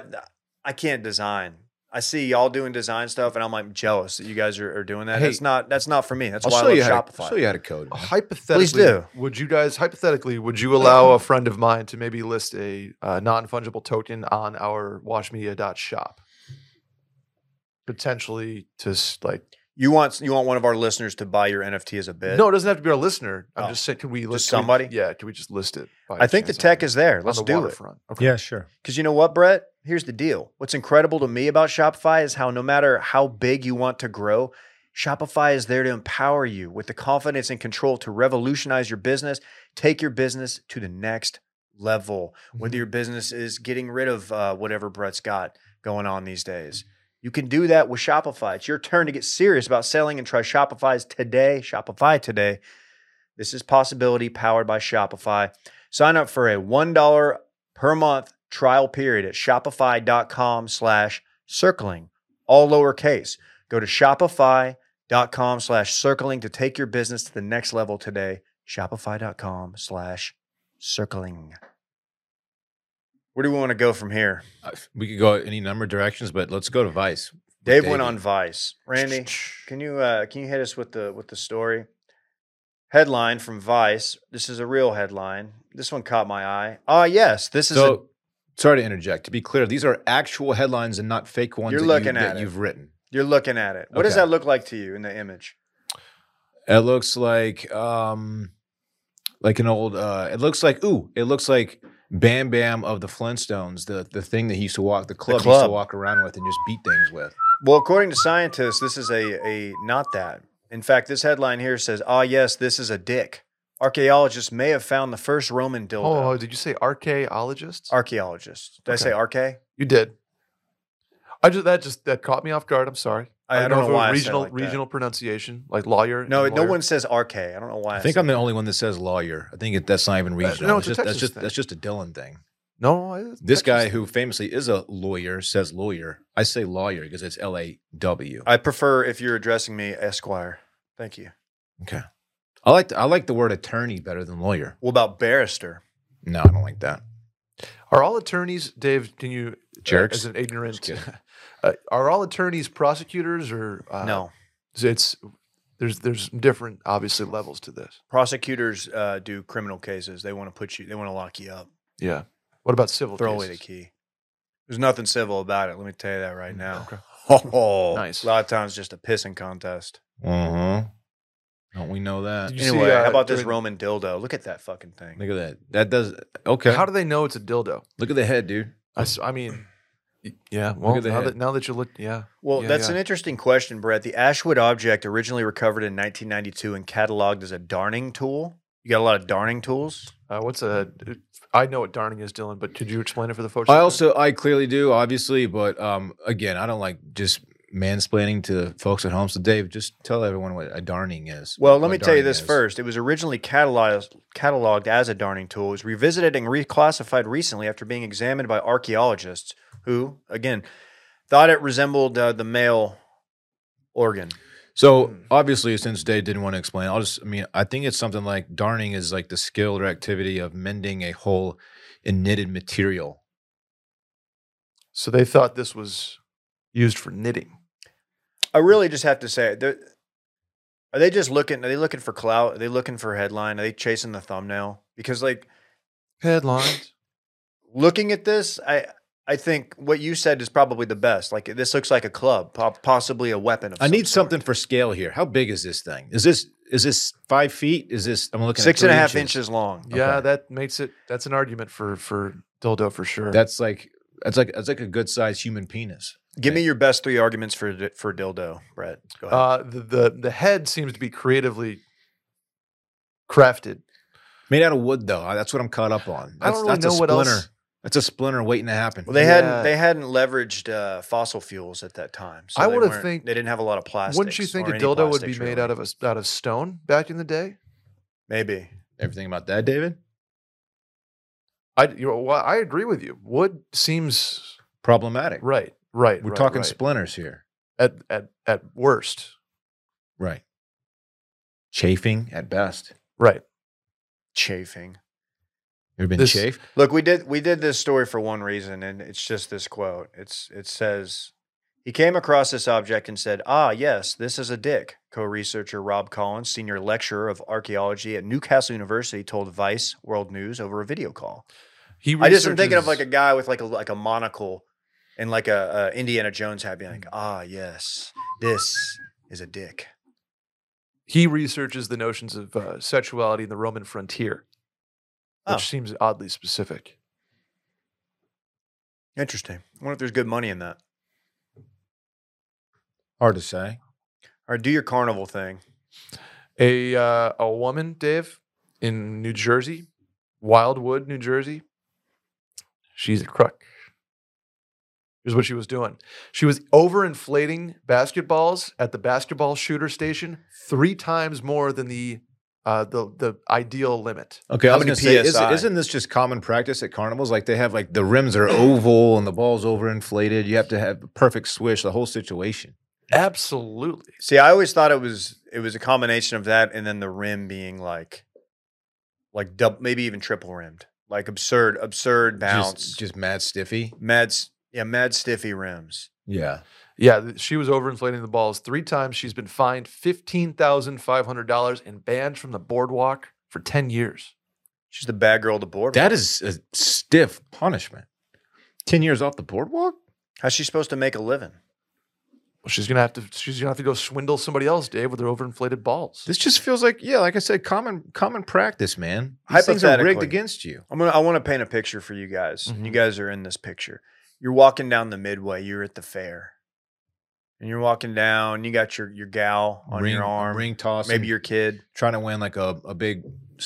A: I can't design. I see y'all doing design stuff and I'm like jealous that you guys are, are doing that.
C: Hey,
A: That's not that's not for me. That's
C: I'll
A: why I
C: show,
A: love
C: you how to,
A: Shopify.
C: I'll show you how to code. man.
B: Hypothetically,
A: do.
B: would you guys hypothetically would you allow a friend of mine to maybe list a uh, non fungible token on our watchmedia.shop? Potentially to s- like
A: You want you want one of our listeners to buy your NFT as a bid?
B: no, it doesn't have to be our listener. I'm
A: Oh.
B: just saying, could we list could we-
A: somebody?
B: yeah, could we just list it? by
A: I think the
B: chance on
A: tech is there.
B: on
A: Let's
B: the
A: do it.
B: waterfront? Okay.
C: Yeah, sure.
A: Because you know what, Brett? Here's the deal. What's incredible to me about Shopify is how no matter how big you want to grow, Shopify is there to empower you with the confidence and control to revolutionize your business, take your business to the next level. Whether your business is getting rid of uh, whatever Brett's got going on these days, you can do that with Shopify. It's your turn to get serious about selling and try Shopify's today. Shopify today. This is possibility powered by Shopify. Sign up for a one dollar per month trial period at shopify.com slash circling all lowercase go to shopify.com slash circling to take your business to the next level today shopify.com slash circling where do we want to go from here
C: Uh, We could go any number of directions, but let's go to Vice.
A: dave
C: Dave.
A: went on vice randy can you uh, can you hit us with the with the story headline from vice this is a real headline this one caught my eye ah yes this is a,
C: So, sorry to interject. To be clear, these are actual headlines and not fake ones
A: You're
C: that,
A: looking at
C: you, that
A: it.
C: you've written.
A: you're looking at it what does
C: Okay.
A: that look like to you in the image
C: It looks like um like an old uh it looks like ooh, it looks like Bam Bam of the Flintstones, the the thing that he used to walk the club, he used
A: club.
C: to walk around with and just beat things with.
A: Well, according to scientists, this is a, a not that. In fact, this headline here says, ah, yes, this is a dick. Archaeologists may have found the first Roman dildo.
B: Oh, did you say archaeologists?
A: Archaeologists. Did I say archae?
B: you did. I just that just that caught me off guard. I'm sorry.
A: I- I don't
B: if
A: know
B: it was
A: why I said it
B: regional
A: like that.
B: regional pronunciation like lawyer. and
A: No, it- no
B: lawyer.
A: one says archae. I don't know why.
C: I think I'm the only one that says lawyer. I think it, that's not even
A: Uh,
C: regional.
B: no, it's
C: it's just,
B: a
C: that's
B: Texas
C: just
B: thing.
C: that's just a Dylan thing.
B: No, I-
C: This
B: Texas-
C: guy who famously is a lawyer says lawyer. I say lawyer because it's L A W.
A: I prefer if you're addressing me Esquire. Thank you.
C: Okay. I like the, I like the word attorney better than lawyer.
A: What about barrister?
C: No, I don't like that.
B: Are all attorneys, Dave? Can you, uh,
C: Jerks.
B: as an ignorant,
C: Just
B: uh, are all attorneys prosecutors or uh,
A: no.
B: It's there's there's different obviously levels to this.
A: Prosecutors uh, do criminal cases. They want to put you, they want to lock you up,
B: Yeah. What about civil?
A: throw away the
B: cases?
A: key. There's nothing civil about it. Let me tell you that right now.
B: Mm, Okay.
A: Oh,
B: Nice.
A: A lot of times, just a pissing contest.
C: Uh-huh. Don't we know that?
B: Did You see,
A: Anyway,
B: uh,
A: how about this
B: during-
A: Roman dildo? Look at that fucking thing.
C: Look at that. That does okay.
B: How do they know it's a dildo?
C: Look at the head, dude.
B: I, s- I mean, y- yeah. Well,
C: at the
B: now
C: head.
B: that, now that you look, yeah.
A: Well,
B: Yeah,
A: that's
B: yeah.
A: an interesting question, Brett. The Ashwood object, originally recovered in 1992 and cataloged as a darning tool. You got a lot of darning tools.
B: Uh, what's a? I know what darning is, Dylan, but could you explain it for the folks?
C: I
B: that-
C: also I clearly do, obviously, but um again, I don't like just mansplaining to folks at home. So Dave, just tell everyone what a darning is.
A: Well, let
C: what
A: me tell you
C: darning
A: this
C: is.
A: first. It was originally cataloged, cataloged as a darning tool. It was revisited and reclassified recently after being examined by archaeologists who, again, thought it resembled uh, the male organ. Hmm.
C: So obviously, since Dave didn't want to explain, I'll just I mean, I think it's something like darning is like the skill or activity of mending a hole in knitted material.
B: So they thought this was used for knitting.
A: I really just have to say, they're- are they just looking? Are they looking for clout? Are they looking for headline? Are they chasing the thumbnail? Because like
B: Headlines.
A: looking at this, I I think what you said is probably the best. Like this looks like a club, po- possibly a weapon. Of
C: I
A: some
C: need
A: sort.
C: something for scale here. How big is this thing? Is this is this five feet? Is this I'm looking
A: Six
C: at
A: and a
C: three
A: half inches long.
B: Yeah,
C: Okay.
B: that makes it. That's an argument for for dildo for sure.
C: That's like that's like that's like a good sized human penis.
A: Give me your best three arguments for di- for dildo, Brett. Go ahead.
B: uh, the, the the head seems to be creatively crafted.
C: Made out of wood, though. That's what I'm caught up on. That's,
B: I don't really
C: that's
B: know what
C: a splinter.
B: else.
C: That's a splinter waiting to happen.
A: Well, they
B: Yeah.
A: hadn't they hadn't leveraged uh, fossil fuels at that time. So
B: I
A: they
B: would've
A: weren't-
B: think-
A: they didn't have a lot of plastics.
B: Wouldn't you think a
A: or any
B: dildo would be
A: plastics,
B: made
A: really.
B: out of a, s- out of stone back in the day?
A: maybe?
C: Everything about that, David?
B: I you know, well, I agree with you. Wood seems
C: Problematic.
B: right. Right.
C: We're
B: right,
C: talking
B: right.
C: splinters here.
B: at at at worst.
C: Right. Chafing at best.
B: Right.
A: Chafing.
C: You ever been
B: This-
C: chafed?
A: Look, we did we did this story for one reason, and it's just this quote. It's it says he came across this object and said, "Ah, yes, this is a dick." Co-researcher Rob Collins, senior lecturer of archaeology at Newcastle University, told Vice World News over a video call.
B: He
A: I just am thinking of
B: researches-
A: like a guy with like a like a monocle and like a, a Indiana Jones hat, being like, "Ah, yes, this is a dick."
B: he researches the notions of uh, sexuality in the Roman frontier, which
A: Oh.
B: seems oddly specific.
A: Interesting. I wonder if there's good money in that.
C: Hard to say.
A: All right, do your carnival thing.
B: A uh, a woman, Dave, in New Jersey, Wildwood, New Jersey. She's a crook. Here's what she was doing. She was overinflating basketballs at the basketball shooter station three times more than the uh, the the ideal limit.
C: Okay,
A: How
C: I was
A: many
C: gonna say, is,
A: PSI?
C: isn't this just common practice at carnivals? Like they have like the rims are oval and the ball's overinflated. You have to have a perfect swish, the whole situation.
B: Absolutely.
A: See, I always thought it was it was a combination of that and then the rim being like like double maybe even triple rimmed. Like absurd, absurd bounce.
C: Just, just mad stiffy.
A: mad s- yeah, mad stiffy rims.
C: Yeah.
B: Yeah, th- she was overinflating the balls three times. She's been fined fifteen thousand five hundred dollars and banned from the boardwalk for ten years.
A: She's the bad girl to board.
C: That is a stiff punishment. 10 years off the boardwalk?
A: How's she supposed to make a living?
B: Well, she's gonna have to. She's gonna have to go swindle somebody else, Dave, with her overinflated balls.
C: This just feels like, yeah, like I said, common common practice, man. These things are rigged
A: Hypothetically.
C: against you.
A: I'm gonna I wanna paint a picture for you guys. You
C: Mm-hmm.
B: Mhm.
A: guys are in this picture. You're walking down the midway, you're at the fair. And you're walking down, you got your your gal on
C: ring,
A: your arm,
C: ring toss.
A: maybe your kid.
C: trying to win like a, a big,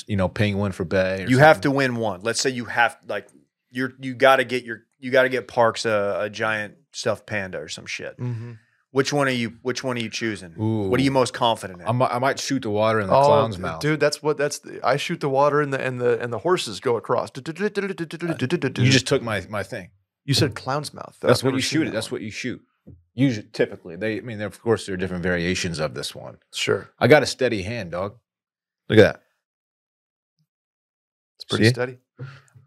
C: you know, penguin for bay. Or
A: you have to
C: something.
A: win one. Let's say you have like you're you got to get your you got to get Parks a, a giant stuffed panda or some shit.
B: Mhm.
A: Which one are you? Which one are you choosing?
C: Mm. Ooh.
A: What are you most confident in?
C: I might, I might shoot the water in the
B: Oh,
C: clown's
B: d-
C: mouth.
B: dude. That's what. That's. The, I shoot the water and the and the and the horses go across.
C: you just took my my thing.
B: you said clown's mouth. though.
C: That's
B: I've
C: what
B: never
C: you
B: seen
C: shoot. It.
B: that
C: That's
B: one.
C: what you shoot. Usually, typically, they. I mean, there- of course, there are different variations of this one.
B: Sure,
C: I got a steady hand, dog. Look at that.
B: it's pretty
C: See?
B: steady.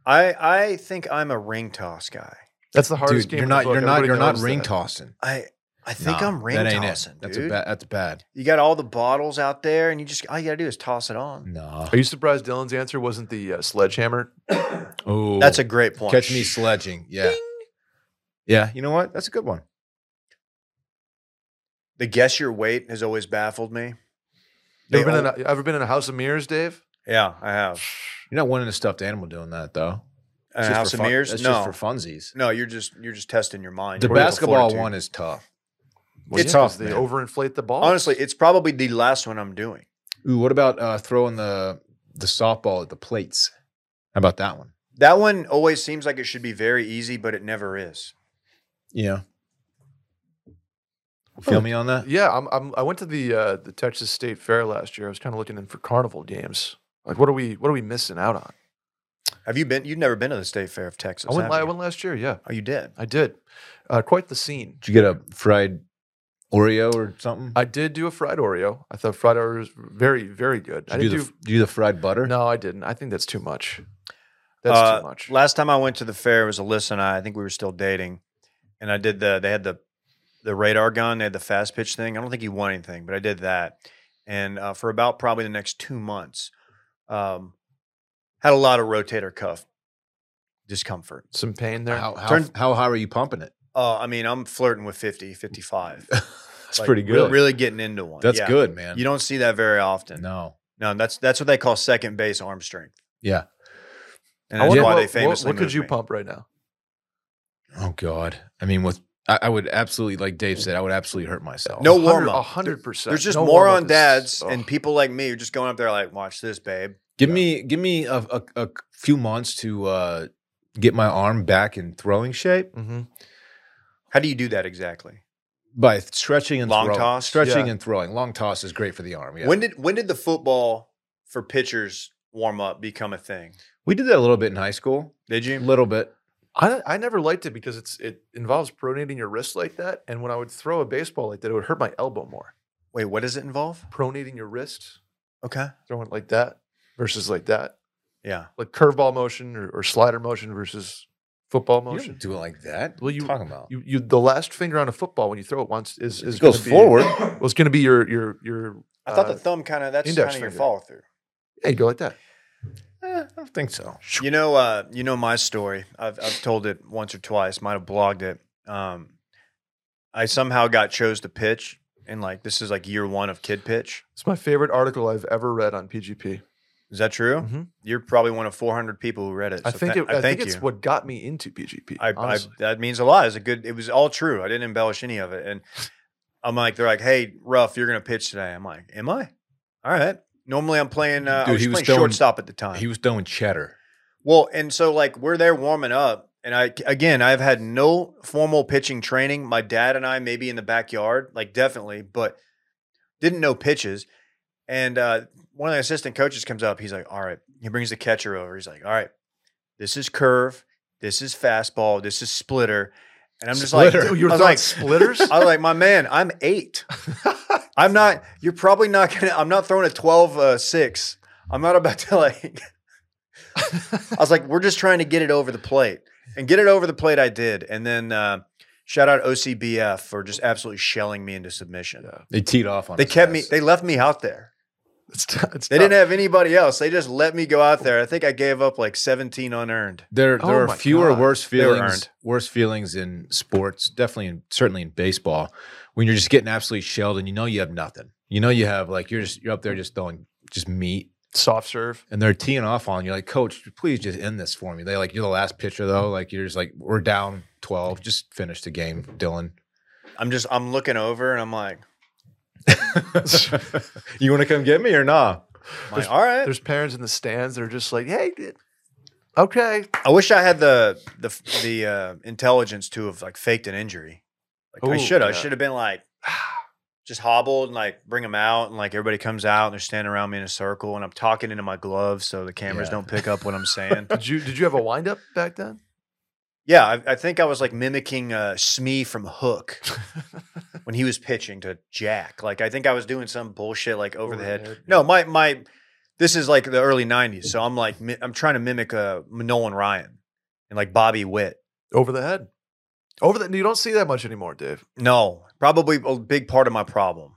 A: I I think I'm a ring toss guy.
B: That's the hardest
C: Dude,
B: game.
C: you're
B: in the
C: not.
B: book.
C: You're not.
B: Everybody
C: You're not
B: knows
C: ring
B: that.
C: tossing.
A: I I think
C: Nah,
A: I'm ring
C: that ain't it.
A: tossing.
C: That's
A: dude.
C: a bad. That's bad.
A: You got all the bottles out there, and you just all you gotta do is toss it on.
C: No.
B: Are you surprised Dylan's answer wasn't the uh, sledgehammer?
C: Oh,
A: That's a great point.
C: catch me sledging. Yeah. Yeah. You know what? That's a good one.
A: The guess your weight has always baffled me. They
B: Ever been, in
A: all-
B: a, ever been in a house of mirrors, Dave?
A: yeah, I have.
C: You're not winning a stuffed animal doing that though.
A: A
C: It's just
A: Uh, house
C: for
A: of
C: fun-
A: mirrors.
C: That's
A: no,
C: just for funsies.
A: no, you're just you're just testing your mind.
C: The
A: Your mental
C: basketball
A: fortitude.
C: one is tough.
A: It's
B: 'cause
C: tough,
B: They
C: man.
B: overinflate the ball.
A: Honestly, it's probably the last one I'm doing.
C: Ooh, what about uh, throwing the the softball at the plates? How about that one?
A: That one always seems like it should be very easy, but it never is.
C: Yeah. Feel me on that?
B: yeah, I'm, I'm. I went to the uh, the Texas State Fair last year. I was kind of looking in for carnival games. Like, what are we what are we missing out on?
A: Have you been? You've never been to the State Fair of Texas.
B: I went.
A: have
B: la- I
A: you?
B: went last year. Yeah,
A: Oh, you did.
B: I did. Uh, quite the scene.
C: Did you get a fried Oreo or something?
B: I did do a fried Oreo. I thought fried Oreo was very very good. I
C: did you do,
B: didn't
C: the, do you do the fried butter?
B: no, I didn't. I think that's too much. That's
A: Uh,
B: too much.
A: Last time I went to the fair was Alyssa and I. I think we were still dating, and I did the. They had the the radar gun. They had the fast pitch thing. I don't think he won anything, but I did that. And uh, for about probably the next two months, um, had a lot of rotator cuff discomfort.
B: Some pain there.
C: How how,
A: Turn-
C: how high are you pumping it?
A: Uh, I mean, I'm flirting with 50, 55.
C: That's
A: Like,
C: pretty
A: re-
C: good.
A: Really, getting into one.
C: That's
A: Yeah.
C: good, man.
A: You don't see that very often.
C: no.
A: No, that's that's what they call second base arm strength,
C: Yeah.
A: and
B: I
A: that's
B: wonder
A: why
B: what,
A: they famously.
B: what, what could
A: moved
B: you
A: me.
B: pump right now?
C: Oh God. I mean, with I, I would absolutely, like Dave said, I would absolutely hurt myself.
A: No
B: A hundred-
A: warm
B: a
A: up.
B: hundred percent.
A: There's just
B: No
A: more
B: warm-up
A: on
B: is-
A: dads
B: oh.
A: and people like me. You're just going up there like, watch this, babe.
C: Give
A: Yeah.
C: me give me a, a, a few months to uh get my arm back in throwing shape
B: Mm-hmm.
A: How do you do that exactly?
C: by th- stretching and
A: Long
C: throwing.
A: toss?
C: Stretching
B: Yeah.
C: and throwing. Long toss is great for the arm. Yeah.
A: When did when did the football for pitchers warm up become a thing?
C: we did that a little bit in high school.
A: Did
C: A
A: you?
C: little bit.
B: I, I never liked it because it's it involves pronating your wrist like that, and when I would throw a baseball like that, it would hurt my elbow more.
A: Wait, what does it involve?
B: Pronating your wrist,
A: Okay.
B: throwing it like that versus like that,
A: Yeah.
B: like curveball motion or, or slider motion versus football
C: You
B: motion.
C: didn't do it like that.
B: Well,
C: What are you
B: you-
C: talking about?
B: You, you the last finger on a football when you throw it once is is
C: it goes
B: gonna be-
C: forward. Eh,
B: Well, it's going to be your your your.
A: I thought
B: uh,
A: the thumb kind of that's
B: index
A: kind of your
B: finger.
A: follow through.
B: yeah, you go like that.
C: Eh, I don't think so.
A: You know, uh, you know my story. I've I've told it once or twice. Might have blogged it. Um, I somehow got chose to pitch, and like this is like year one of kid pitch.
B: It's my favorite article I've ever read on PGP.
A: Is that true?
B: Mhm.
A: You're probably one of 400 people who read it.
B: I
A: so
B: think
A: tha-
B: it, I
A: thank
B: think it's
A: you.
B: what got me into PGP.
A: I, I
B: honestly.
A: that means a lot. It's a good. It was all true. I didn't embellish any of it. And I'm like, they're like, hey, Ruff, you're gonna pitch today. I'm like, am I? All right. Normally, I'm playing. Uh, I
C: Dude,
A: was
C: he was
A: playing
C: throwing-
A: shortstop at the time.
C: He was throwing cheddar.
A: Well, and so like we're there warming up, and I again I've had no formal pitching training. My dad and I maybe in the backyard, like definitely, but didn't know pitches. And uh, one of the assistant coaches comes up. He's like, "All right," he brings the catcher over. He's like, "All right, this is curve, this is fastball, this is splitter," and I'm just
C: Splitter.
B: Dude,
A: like,
B: you were
A: I was
B: throwing
A: like,
B: splitters.
A: I was like, my man, I'm eight. I'm not. You're probably not gonna. I'm not throwing a 12 uh, six. I'm not about to like. I was like, we're just trying to get it over the plate, and get it over the plate. I did, and then uh, shout out OCBF for just absolutely shelling me into submission.
B: Yeah.
C: They teed off on.
A: They
C: his
A: kept me.
C: ass.
A: They left me out there.
B: It's t- it's
A: They
B: tough.
A: didn't have anybody else. They just let me go out there. I think I gave up like 17 unearned.
C: There,
B: Oh
C: there are
B: my
C: fewer
B: God.
C: worse
A: They were
C: feelings,
A: earned.
C: worse feelings in sports, definitely, in, certainly in baseball, when you're just getting absolutely shelled and you know you have nothing. You know you have like you're just you're up there just throwing just meat,
B: soft serve.
C: and they're teeing off on you. Like, coach, please just end this for me. They like you're the last pitcher though. Like you're just like we're down twelve. Just finish the game, Dylan.
A: I'm just. I'm looking over and I'm like,
C: you want to come get me or nah?
A: I'm like, all right.
B: There's parents in the stands that are just like, "Hey, d- okay,
A: I wish I had the the the uh, intelligence to have like faked an injury. Like I
B: Ooh,
A: should have. I
B: yeah.
A: should have been like just hobbled and like bring them out and like everybody comes out and they're standing around me in a circle and I'm talking into my gloves so the cameras
C: Yeah.
A: don't pick up what I'm saying.
B: did you did you have a windup back then?"
A: yeah, I, I think I was like mimicking uh, Smee from Hook when he was pitching to Jack. Like I think I was doing some bullshit like over, the head. No, my my this is like the early '90s, so I'm like mi- I'm trying to mimic uh, Nolan Ryan and like Bobby Witt.
B: over the head, over the. You don't see that much anymore, Dave.
A: No, probably a big part of my problem.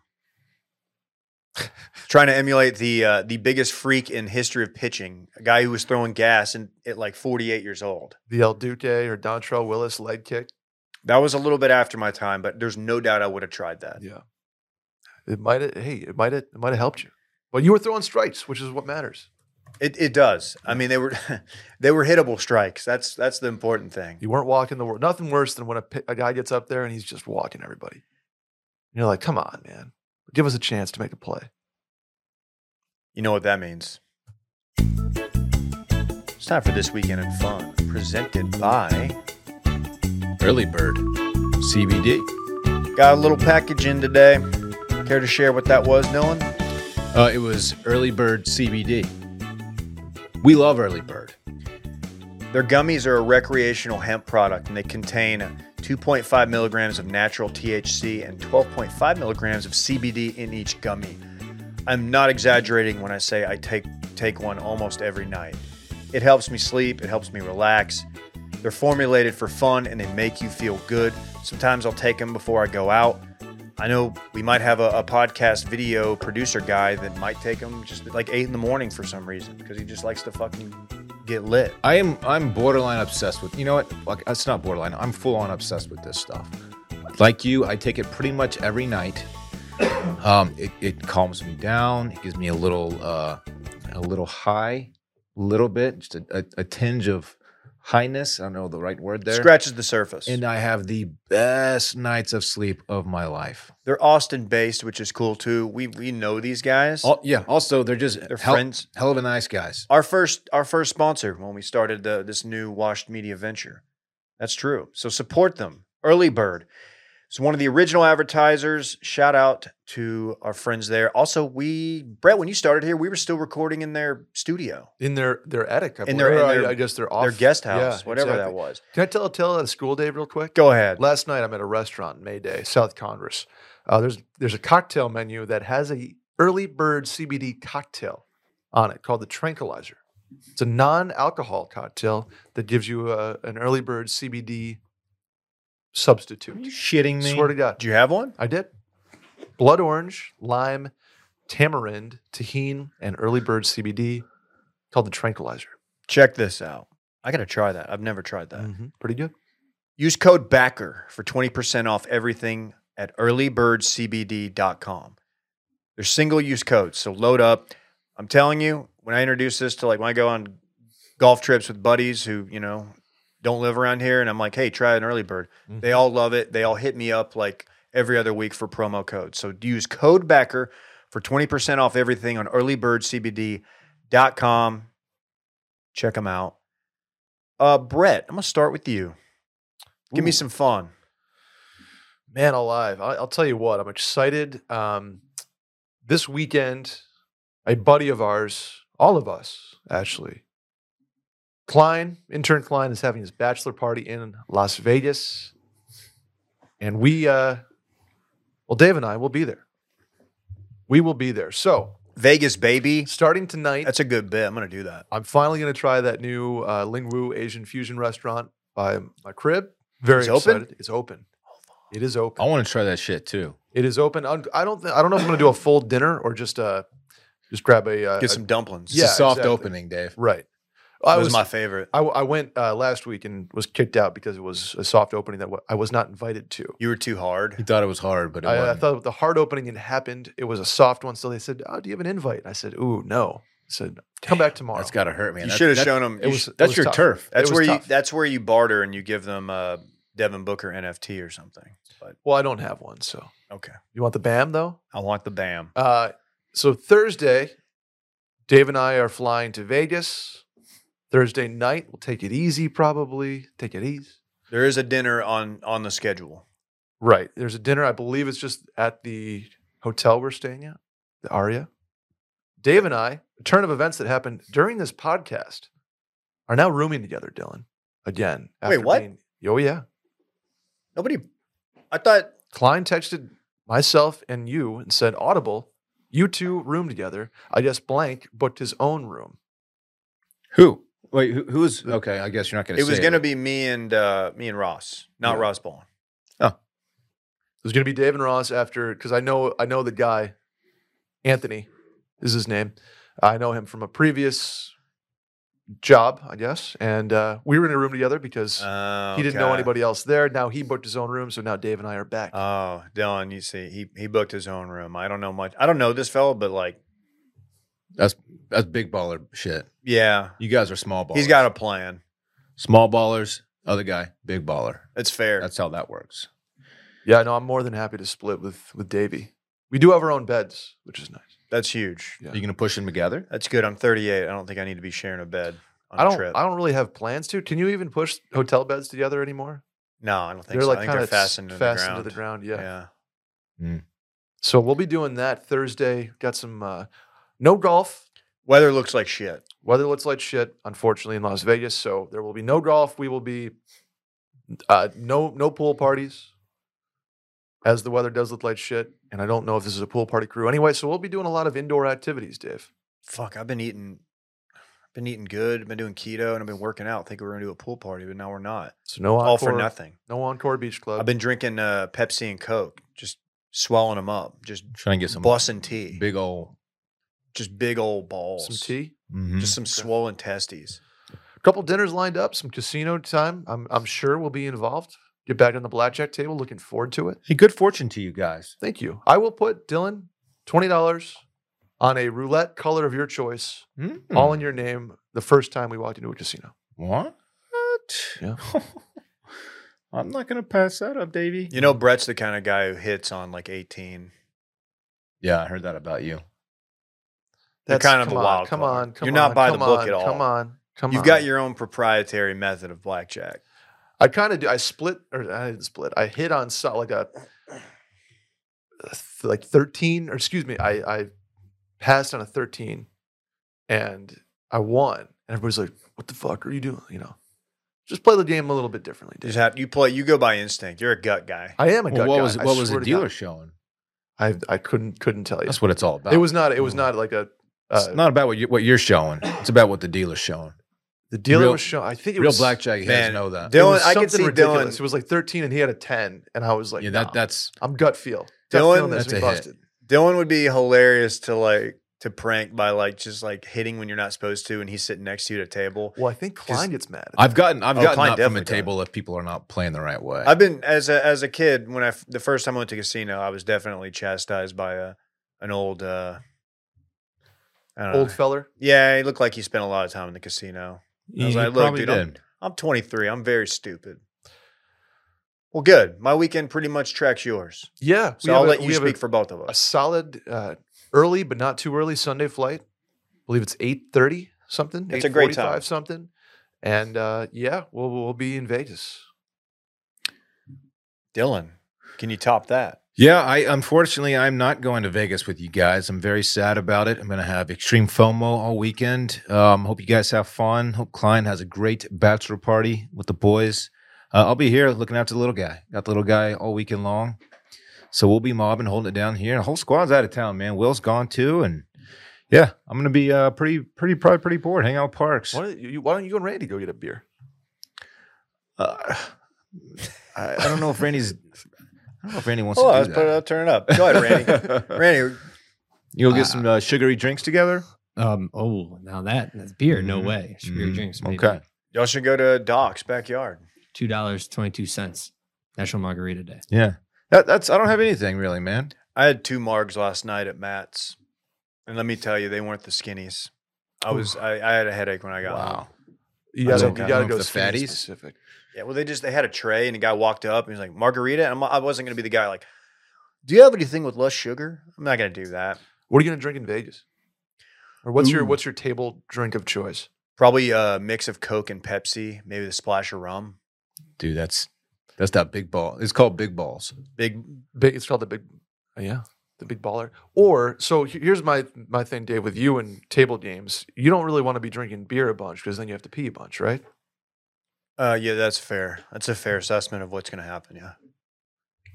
A: Trying to emulate the uh, the biggest freak in history of pitching, a guy who was throwing gas and at like 48 years old.
B: The El Duque or Dontrell Willis leg kick.
A: That was a little bit after my time, but there's no doubt I would have tried that.
B: Yeah, it might. have Hey, it might. have It might have helped you, but you were throwing strikes, which is what matters.
A: It it does. I mean, they were they were hittable strikes. That's that's the important thing.
B: You weren't walking the world. Nothing worse than when a, pi- a guy gets up there and he's just walking everybody. And you're like, "Come on, man, give us a chance to make a play."
A: You know what that means. It's time for this weekend in fun, presented by.
C: Early bird, CBD.
A: Got a little package in today. Care to share what that was, Dylan?
C: Uh, it was early bird CBD. We love early bird.
A: Their gummies are a recreational hemp product and they contain 2.5 milligrams of natural THC and 12.5 milligrams of CBD in each gummy. I'm not exaggerating when I say I take take one almost every night. It helps me sleep, it helps me relax. They're formulated for fun and they make you feel good. Sometimes I'll take them before I go out. I know we might have a, a podcast video producer guy that might take them just at like eight in the morning for some reason because he just likes to fucking get lit.
C: I am I'm borderline obsessed with you know what? Like it's not borderline. I'm full on obsessed with this stuff. Like you, I take it pretty much every night. Um, it, it calms me down. It gives me a little uh, a little high, a little bit, just a, a, a tinge of highness. I don't know the right word there.
A: Scratches the surface.
C: And uh, I have the best nights of sleep of my life.
A: They're Austin based, which is cool too. We we know these guys.
C: Al- yeah. Also, they're just
A: They're
C: hell,
A: friends.
C: hell of a nice guys.
A: Our first our first sponsor when we started the, this new Washed Media venture. That's true. So support them. Early Bird. It's one of the original advertisers. Shout out to our friends there. Also, we Brett, when you started here, we were still recording in their studio,
B: in their their attic. I
A: In their-
B: believe,
A: in
B: or I-
A: their-
B: I guess they're off
A: their guest
B: yeah,
A: house, whatever that
B: exactly.
A: was.
B: Can I tell a tale at a school day real quick?
A: Go ahead.
B: Last night I'm at a restaurant in Mayday, South Congress. Uh, there's there's a cocktail menu that has a early bird CBD cocktail on it called the Tranquilizer. It's a non-alcohol cocktail that gives you a, an early bird CBD
C: Are you
B: substitute.
C: shitting me?
B: Swear to God,
A: Do you have one?
B: I did. Blood orange, lime, tamarind, tahine, and early bird CBD called the Tranquilizer.
A: Check this out. I gotta try that. I've never tried that.
B: Pretty good.
A: Use code BACKER for 20% off everything at earlybirdcbd.com. They're single use codes, so load up. I'm telling you, when I introduce this to like when I go on golf trips with buddies who, you know, don't live around here, and I'm like, hey, try an early bird.
B: Mhm.
A: They all love it. They all hit me up like every other week for promo codes. So use code BACKER for 20% off everything on earlybirdcbd.com. Check them out. Uh, Brett, I'm going to start with you. Give me
B: Ooh.
A: some fun.
B: Man alive. I, I'll tell you what, I'm excited. Um, this weekend, a buddy of ours, all of us, actually, Klein, intern Klein, is having his bachelor party in Las Vegas. And we, uh, well, Dave and I will be there. We will be there. So,
A: Vegas, baby.
B: starting tonight,
A: That's a good bit. I'm going to do that.
B: I'm finally going to try that new uh, Ling Wu Asian fusion restaurant by my crib. Very
A: It's open?
B: excited. It's open. It is open.
C: I want to try that shit too.
B: It is open. I'm, I don't. Th- I don't know if I'm going to do a full dinner or just uh, just grab a. Uh,
A: Get
B: a-
A: some dumplings.
C: It's
B: Yeah,
C: a soft
B: exactly.
C: opening, Dave.
B: right. I
A: That
B: was.
A: was my favorite.
B: I, w- I went uh, last week and was kicked out because it was a soft opening that w- I was not invited to.
A: You were too
C: He
A: hard.
C: thought it was hard, but it
B: I, I
C: wasn't.
B: thought with the hard opening had happened. It was a soft one, so they said, "Oh, do you have an invite?" I said, "Ooh, no." I said, "Come back tomorrow."
C: That's gotta hurt, man.
A: you
C: That-
A: should have
C: that-
A: shown them.
B: It was. it
C: That's
B: was
C: your
B: tough.
C: turf.
A: that's
B: it
A: where
B: was
A: you.
B: tough.
A: That's where you barter and you give them uh, Devin Booker NFT or something. But
B: Well, I don't have one, so
A: okay,
B: you want the BAM though.
A: I want the bam.
B: Uh, so Thursday, Dave and I are flying to Vegas. Thursday night, we'll take it easy, probably. Take it easy.
A: There is a dinner on on the schedule.
B: Right. There's a dinner. I believe it's just at the hotel we're staying at, the Aria. Dave and I, a turn of events that happened during this podcast, are now rooming together, Dylan. Again.
A: Wait, what?
B: being- oh, yeah.
A: Nobody. I thought
B: Klein texted myself and you and said, Audible, you two room together. I guess blank booked his own room.
C: Who? Wait, who, who is? Okay, I guess you're not gonna.
A: it was
C: say
A: going to be me and uh, me and Ross, not
B: Yeah.
A: Ross Ball.
B: It was going to be Dave and Ross after because I know I know the guy, Anthony, is his name. I know him from a previous job, I guess, and uh, we were in a room together because
A: Oh,
B: he didn't know
A: okay.
B: anybody else there. Now he booked his own room, so now Dave and I are back.
A: Oh, Dylan, you see, he he booked his own room. I don't know much. I don't know this fellow, but like,
C: That's big baller shit.
A: yeah,
C: You guys are small ballers.
A: he's got a plan.
C: small ballers. Other guy, big baller.
A: It's fair.
C: That's how that works.
B: yeah, no, I'm more than happy to split with with Davey. We do have our own beds, which is nice.
A: That's huge.
B: Yeah.
C: Are you gonna push them together?
A: That's good. I'm 38. I don't think I need to be sharing a bed on
B: I
A: a
B: don't
A: trip.
B: I don't really have plans to. Can you even push hotel beds together anymore?
A: no, I don't think
B: They're
A: so.
B: like
A: I think
B: kind
A: they're
B: of
A: fastened, to, the
B: to the
A: ground.
B: ground. Yeah.
A: Yeah.
B: So we'll be doing that Thursday. Got some uh, no golf
A: Weather looks like shit.
B: Weather looks like shit, unfortunately, in Las Vegas. So there will be no golf. We will be uh, no no pool parties, as the weather does look like shit. And I don't know if this is a pool party crew anyway. So we'll be doing a lot of indoor activities, Dave.
A: Fuck, I've been eating I've been eating good. I've been doing keto and I've been working out. I think we were going to do a pool party, but now we're not.
B: So no encore,
A: All for nothing.
B: No encore beach club.
A: I've been drinking uh, Pepsi and Coke, just swelling them up, just
C: Trying to get some
A: busting tea,
C: big old.
A: just big old balls.
B: some tea,
C: Mhm.
A: Just some swollen testes.
B: a couple dinners lined up, some casino time. I'm I'm sure we'll be involved. Get back on the blackjack table. Looking forward to it.
C: Hey, good fortune to you guys.
B: Thank you. I will put Dylan twenty dollars on a roulette color of your choice,
C: Mm.
A: Hmm.
B: all in your name. The first time we walked into a casino.
C: what? What?
B: Yeah.
C: I'm not gonna pass that up, Davey.
B: Hmm.
A: You know, Brett's the kind of guy who hits on like 18.
C: Yeah, I heard that about you.
A: You're kind of
B: come
A: a
B: on,
A: wild
B: Come
A: card.
B: on, come
A: You're not
B: on,
A: by the
B: come
A: book
B: on,
A: at all.
B: Come on, come
A: You've
B: on.
A: got your own proprietary method of blackjack.
B: I kind of do. I split, or I didn't split. I hit on so, like a like thirteen, or excuse me, I I passed on a thirteen, and I won. And everybody's like, "What the fuck are you doing?" You know, just play the game a little bit differently.
A: You
B: Dude.
A: just have you play. You go by instinct. You're a gut guy.
B: I am a gut
C: what
B: guy.
C: was
B: I
C: what was the
B: swear to
C: dealer
B: God.
C: showing?
B: I I couldn't couldn't tell you.
C: That's what it's all about.
B: It was not. It was
A: Hmm.
C: Mm.
B: not like a.
C: It's
B: Uh,
C: not about what you what you're showing. It's about what the dealer's showing.
B: the dealer
C: real-
B: was showing. I think it
C: Real
B: was
C: blackjack
A: Man,
C: heads know that.
B: Uh, it
A: Dylan,
B: was
A: I can
B: something
A: see
B: ridiculous. It
A: Dylan.
B: was like thirteen, and he had a ten, and I was like,
C: yeah, that
B: "Nah,
C: that's
B: I'm gut feel. Gut
A: Dylan,
B: feeling
C: that's
B: that's
C: a hit.
B: busted.
A: Dylan would be hilarious to like to prank by like just like hitting when you're not supposed to, and he's sitting next to you at a table.
B: Well, I think Klein
A: Just-
B: gets mad. At
C: I've gotten I've
A: Oh,
C: gotten
A: Klein
C: up from a
A: definitely
C: table if people are not playing the right way.
A: I've been as a as a kid when I f- the first time I went to casino, I was definitely chastised by a an old uh, I don't know.
B: that.
C: Uh,
B: old feller.
A: Yeah, he looked like he spent a lot of time in the casino. I was
C: You
A: like, look,
C: probably
A: dude, I'm-
C: did.
A: I'm 23. I'm very stupid. Well, good. My weekend pretty much tracks yours,
B: Yeah,
A: so I'll
B: have a-
A: let you
B: we have a-
A: speak for both of
B: a
A: us.
B: solid uh, early but not too early Sunday flight. I believe it's eight thirty something.
A: That's a great
B: 8:45
A: time.
B: Something, and uh, yeah, we'll we'll be in Vegas.
A: Dylan, can you top that?
C: Yeah, I unfortunately I'm not going to Vegas with you guys. I'm very sad about it. I'm going to have extreme FOMO all weekend. Um, hope you guys have fun. Hope Klein has a great bachelor party with the boys. Uh, I'll be here looking after the little guy. Got the little guy all weekend long, so we'll be mobbing, holding it down here. The whole squad's out of town, man. Will's gone too, and yeah, I'm going to be uh, pretty, pretty, probably pretty bored. Hang out with Parks.
B: Why don't you, why don't you and Randy go get a beer?
C: Uh, I, I don't know if Randy's. I don't know if Randy wants
A: Hold on,
C: to
A: Oh, let's
C: do
A: put it
C: that.
A: up, turn it up. Go ahead, Randy. Randy,
C: You'll get some uh, sugary drinks together.
D: Um. Oh, now that that's beer. No
C: Mhm.
A: Mm-hmm.
D: way. Should be your
C: Mhm.
D: drinks. maybe.
C: Okay.
A: y'all should go to Doc's backyard.
D: Two dollars twenty two cents. National Margarita Day.
C: Yeah. That, that's I don't have anything really, man.
A: I had two margs last night at Matt's, and let me tell you, they weren't the skinnies. I was I, I had a headache when I got home.
B: You
A: I
B: gotta,
A: don't know.
B: you gotta
C: With
B: go
C: the
B: skinny
C: fatties?
B: specific.
A: Yeah, well, they just they had a tray, and a guy walked up and he's like, "Margarita," and I'm, I wasn't gonna be the guy like, "Do you have anything with less sugar?" I'm not gonna do that.
B: What are you gonna drink in Vegas? Or what's your
D: Ooh.
B: what's your table drink of choice?
A: Probably a mix of Coke and Pepsi, maybe the splash of rum.
C: Dude, that's that's that big ball. It's called big balls.
A: Big
B: Big. It's called the big. uh, Yeah, the big baller. Or so he- here's my my thing, Dave. With you and table games, you don't really want to be drinking beer a bunch because then you have to pee a bunch, right?
A: Uh, yeah, that's fair. That's a fair assessment of what's going to happen. Yeah.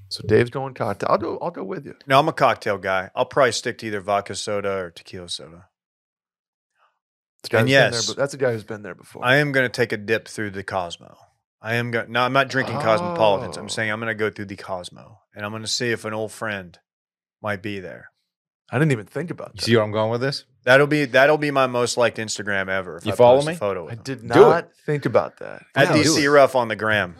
B: So Dave's going cocktail. I'll go. I'll go with you.
A: No, I'm a cocktail guy. I'll probably stick to either vodka soda or tequila soda.
B: This guy
A: And
B: who's been there
A: yes.
B: be- that's a guy who's been there before.
A: I am going to take a dip through the Cosmo. I am going. No, I'm not drinking Cosmopolitans.
B: Oh.
A: I'm saying I'm going to go through the Cosmo, and I'm going to see if an old friend might be there.
B: I didn't even think about
C: You
B: that.
C: see where I'm going with this?
A: That'll be that'll be my most liked Instagram ever. If
C: You
A: I
C: follow
A: post a
C: me?
A: photo with
B: I
A: him.
B: did
C: Do it.
B: not think about that.
A: at
C: Yeah, do
A: DC
C: it.
A: Ruff on the gram.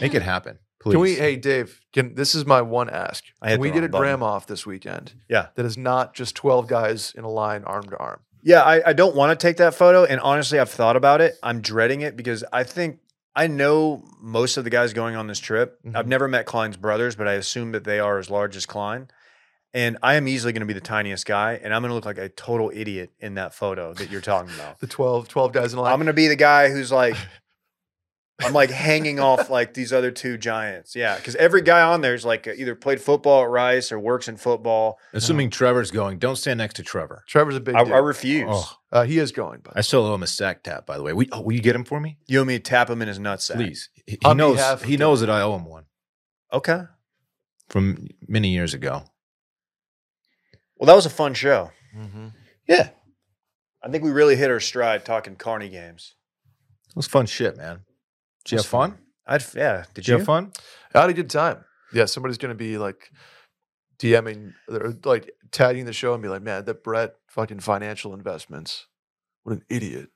C: Make it happen, please.
B: Can we? Hey, Dave. Can this is my one ask?
A: I hit
B: Can
A: the
B: we get
A: wrong
B: a gram off this weekend?
A: Yeah.
B: That is not just twelve guys in a line, arm to arm.
A: Yeah, I, I don't want to take that photo. And honestly, I've thought about it. I'm dreading it because I think I know most of the guys going on this trip. I've
B: Mhm.
A: never met Klein's brothers, but I assume that they are as large as Klein. And I am easily going to be the tiniest guy, and I'm going to look like a total idiot in that photo that you're talking about.
B: The 12, 12 guys in a line.
A: I'm going to be the guy who's like, I'm like hanging off like these other two giants. Yeah. Cause every guy on there is like uh, either played football at Rice or works in football.
C: Assuming Trevor's going, don't stand next to Trevor.
B: Trevor's a big.
A: I,
B: dude.
A: I refuse.
C: Oh,
B: Uh, he is going, but
C: I still owe him a sack tap, by the way. We, oh, will you get him for me?
A: You and me to tap him in his nutsack.
C: Please. He, he
B: On behalf
C: knows
B: of
C: he
B: the-
C: knows that I owe him one
A: Okay.
C: from many years ago.
A: Well, that was a fun show.
B: Mhm.
C: Yeah. It
A: I think we really hit our stride talking Carney games.
C: was fun shit, man. Did you
A: That's
C: have fun?
A: I'd yeah. Did
C: Did you
A: you?
C: have fun?
B: I had a good time. Yeah, somebody's gonna be like DMing or like tagging the show and be like, "Man, that Brett fucking financial investments, what an idiot."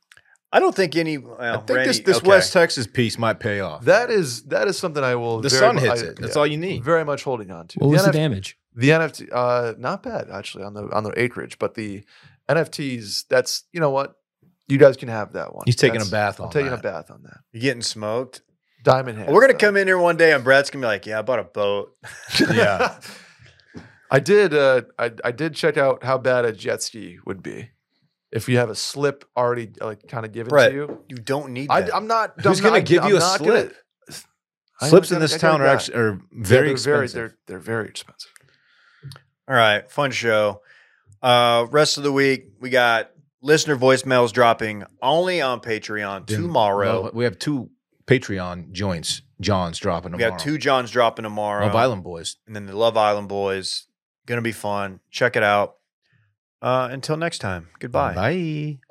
A: I don't think any.
C: I
A: Well,
C: think
A: Randy-
C: this, this
A: okay.
C: West Texas piece might pay off.
B: That is that is something I will.
C: the
B: very
C: sun
B: mu-
C: hits
B: I-
C: it. That's
B: yeah,
C: all you need.
B: Very much holding on to
D: What
B: the,
D: was the
B: NF
D: damage?
B: the NFT. Uh, not bad actually on the on the acreage, but the NFTs. That's you know what You guys can have that one.
C: He's taking a
B: That's-
C: bath
B: I'm
C: on
B: taking
C: that.
B: a bath on that.
A: You getting smoked?
B: Diamond hand.
A: We're gonna come in here one day and Brad's gonna be like, "Yeah, I bought a boat."
C: Yeah.
B: I did. Uh, I I did check out how bad a jet ski would be if you have a slip already like kind of given
A: Brett,
B: to you.
A: You don't need
B: I,
A: that.
B: I'm not.
C: Who's
B: I'm
C: gonna
B: not-
C: give
B: I'm
C: you a
B: not gonna-
C: slip?
B: I
C: Slips in
B: got- I
C: this
B: got
C: town are
B: that.
C: actually are
B: Yeah,
C: very
B: they're
C: expensive.
B: Very, they're they're very expensive.
A: All right, fun show. Uh, rest of the week, we got listener voicemails dropping only on Patreon
C: Didn't
A: tomorrow.
C: love it. we have two Patreon joints. John's dropping
A: We
C: tomorrow.
A: got two Johns dropping tomorrow,
C: Love Island boys.
A: and then the Love Island boys. Gonna be fun. Check it out. Uh, until next time, goodbye.
C: Bye.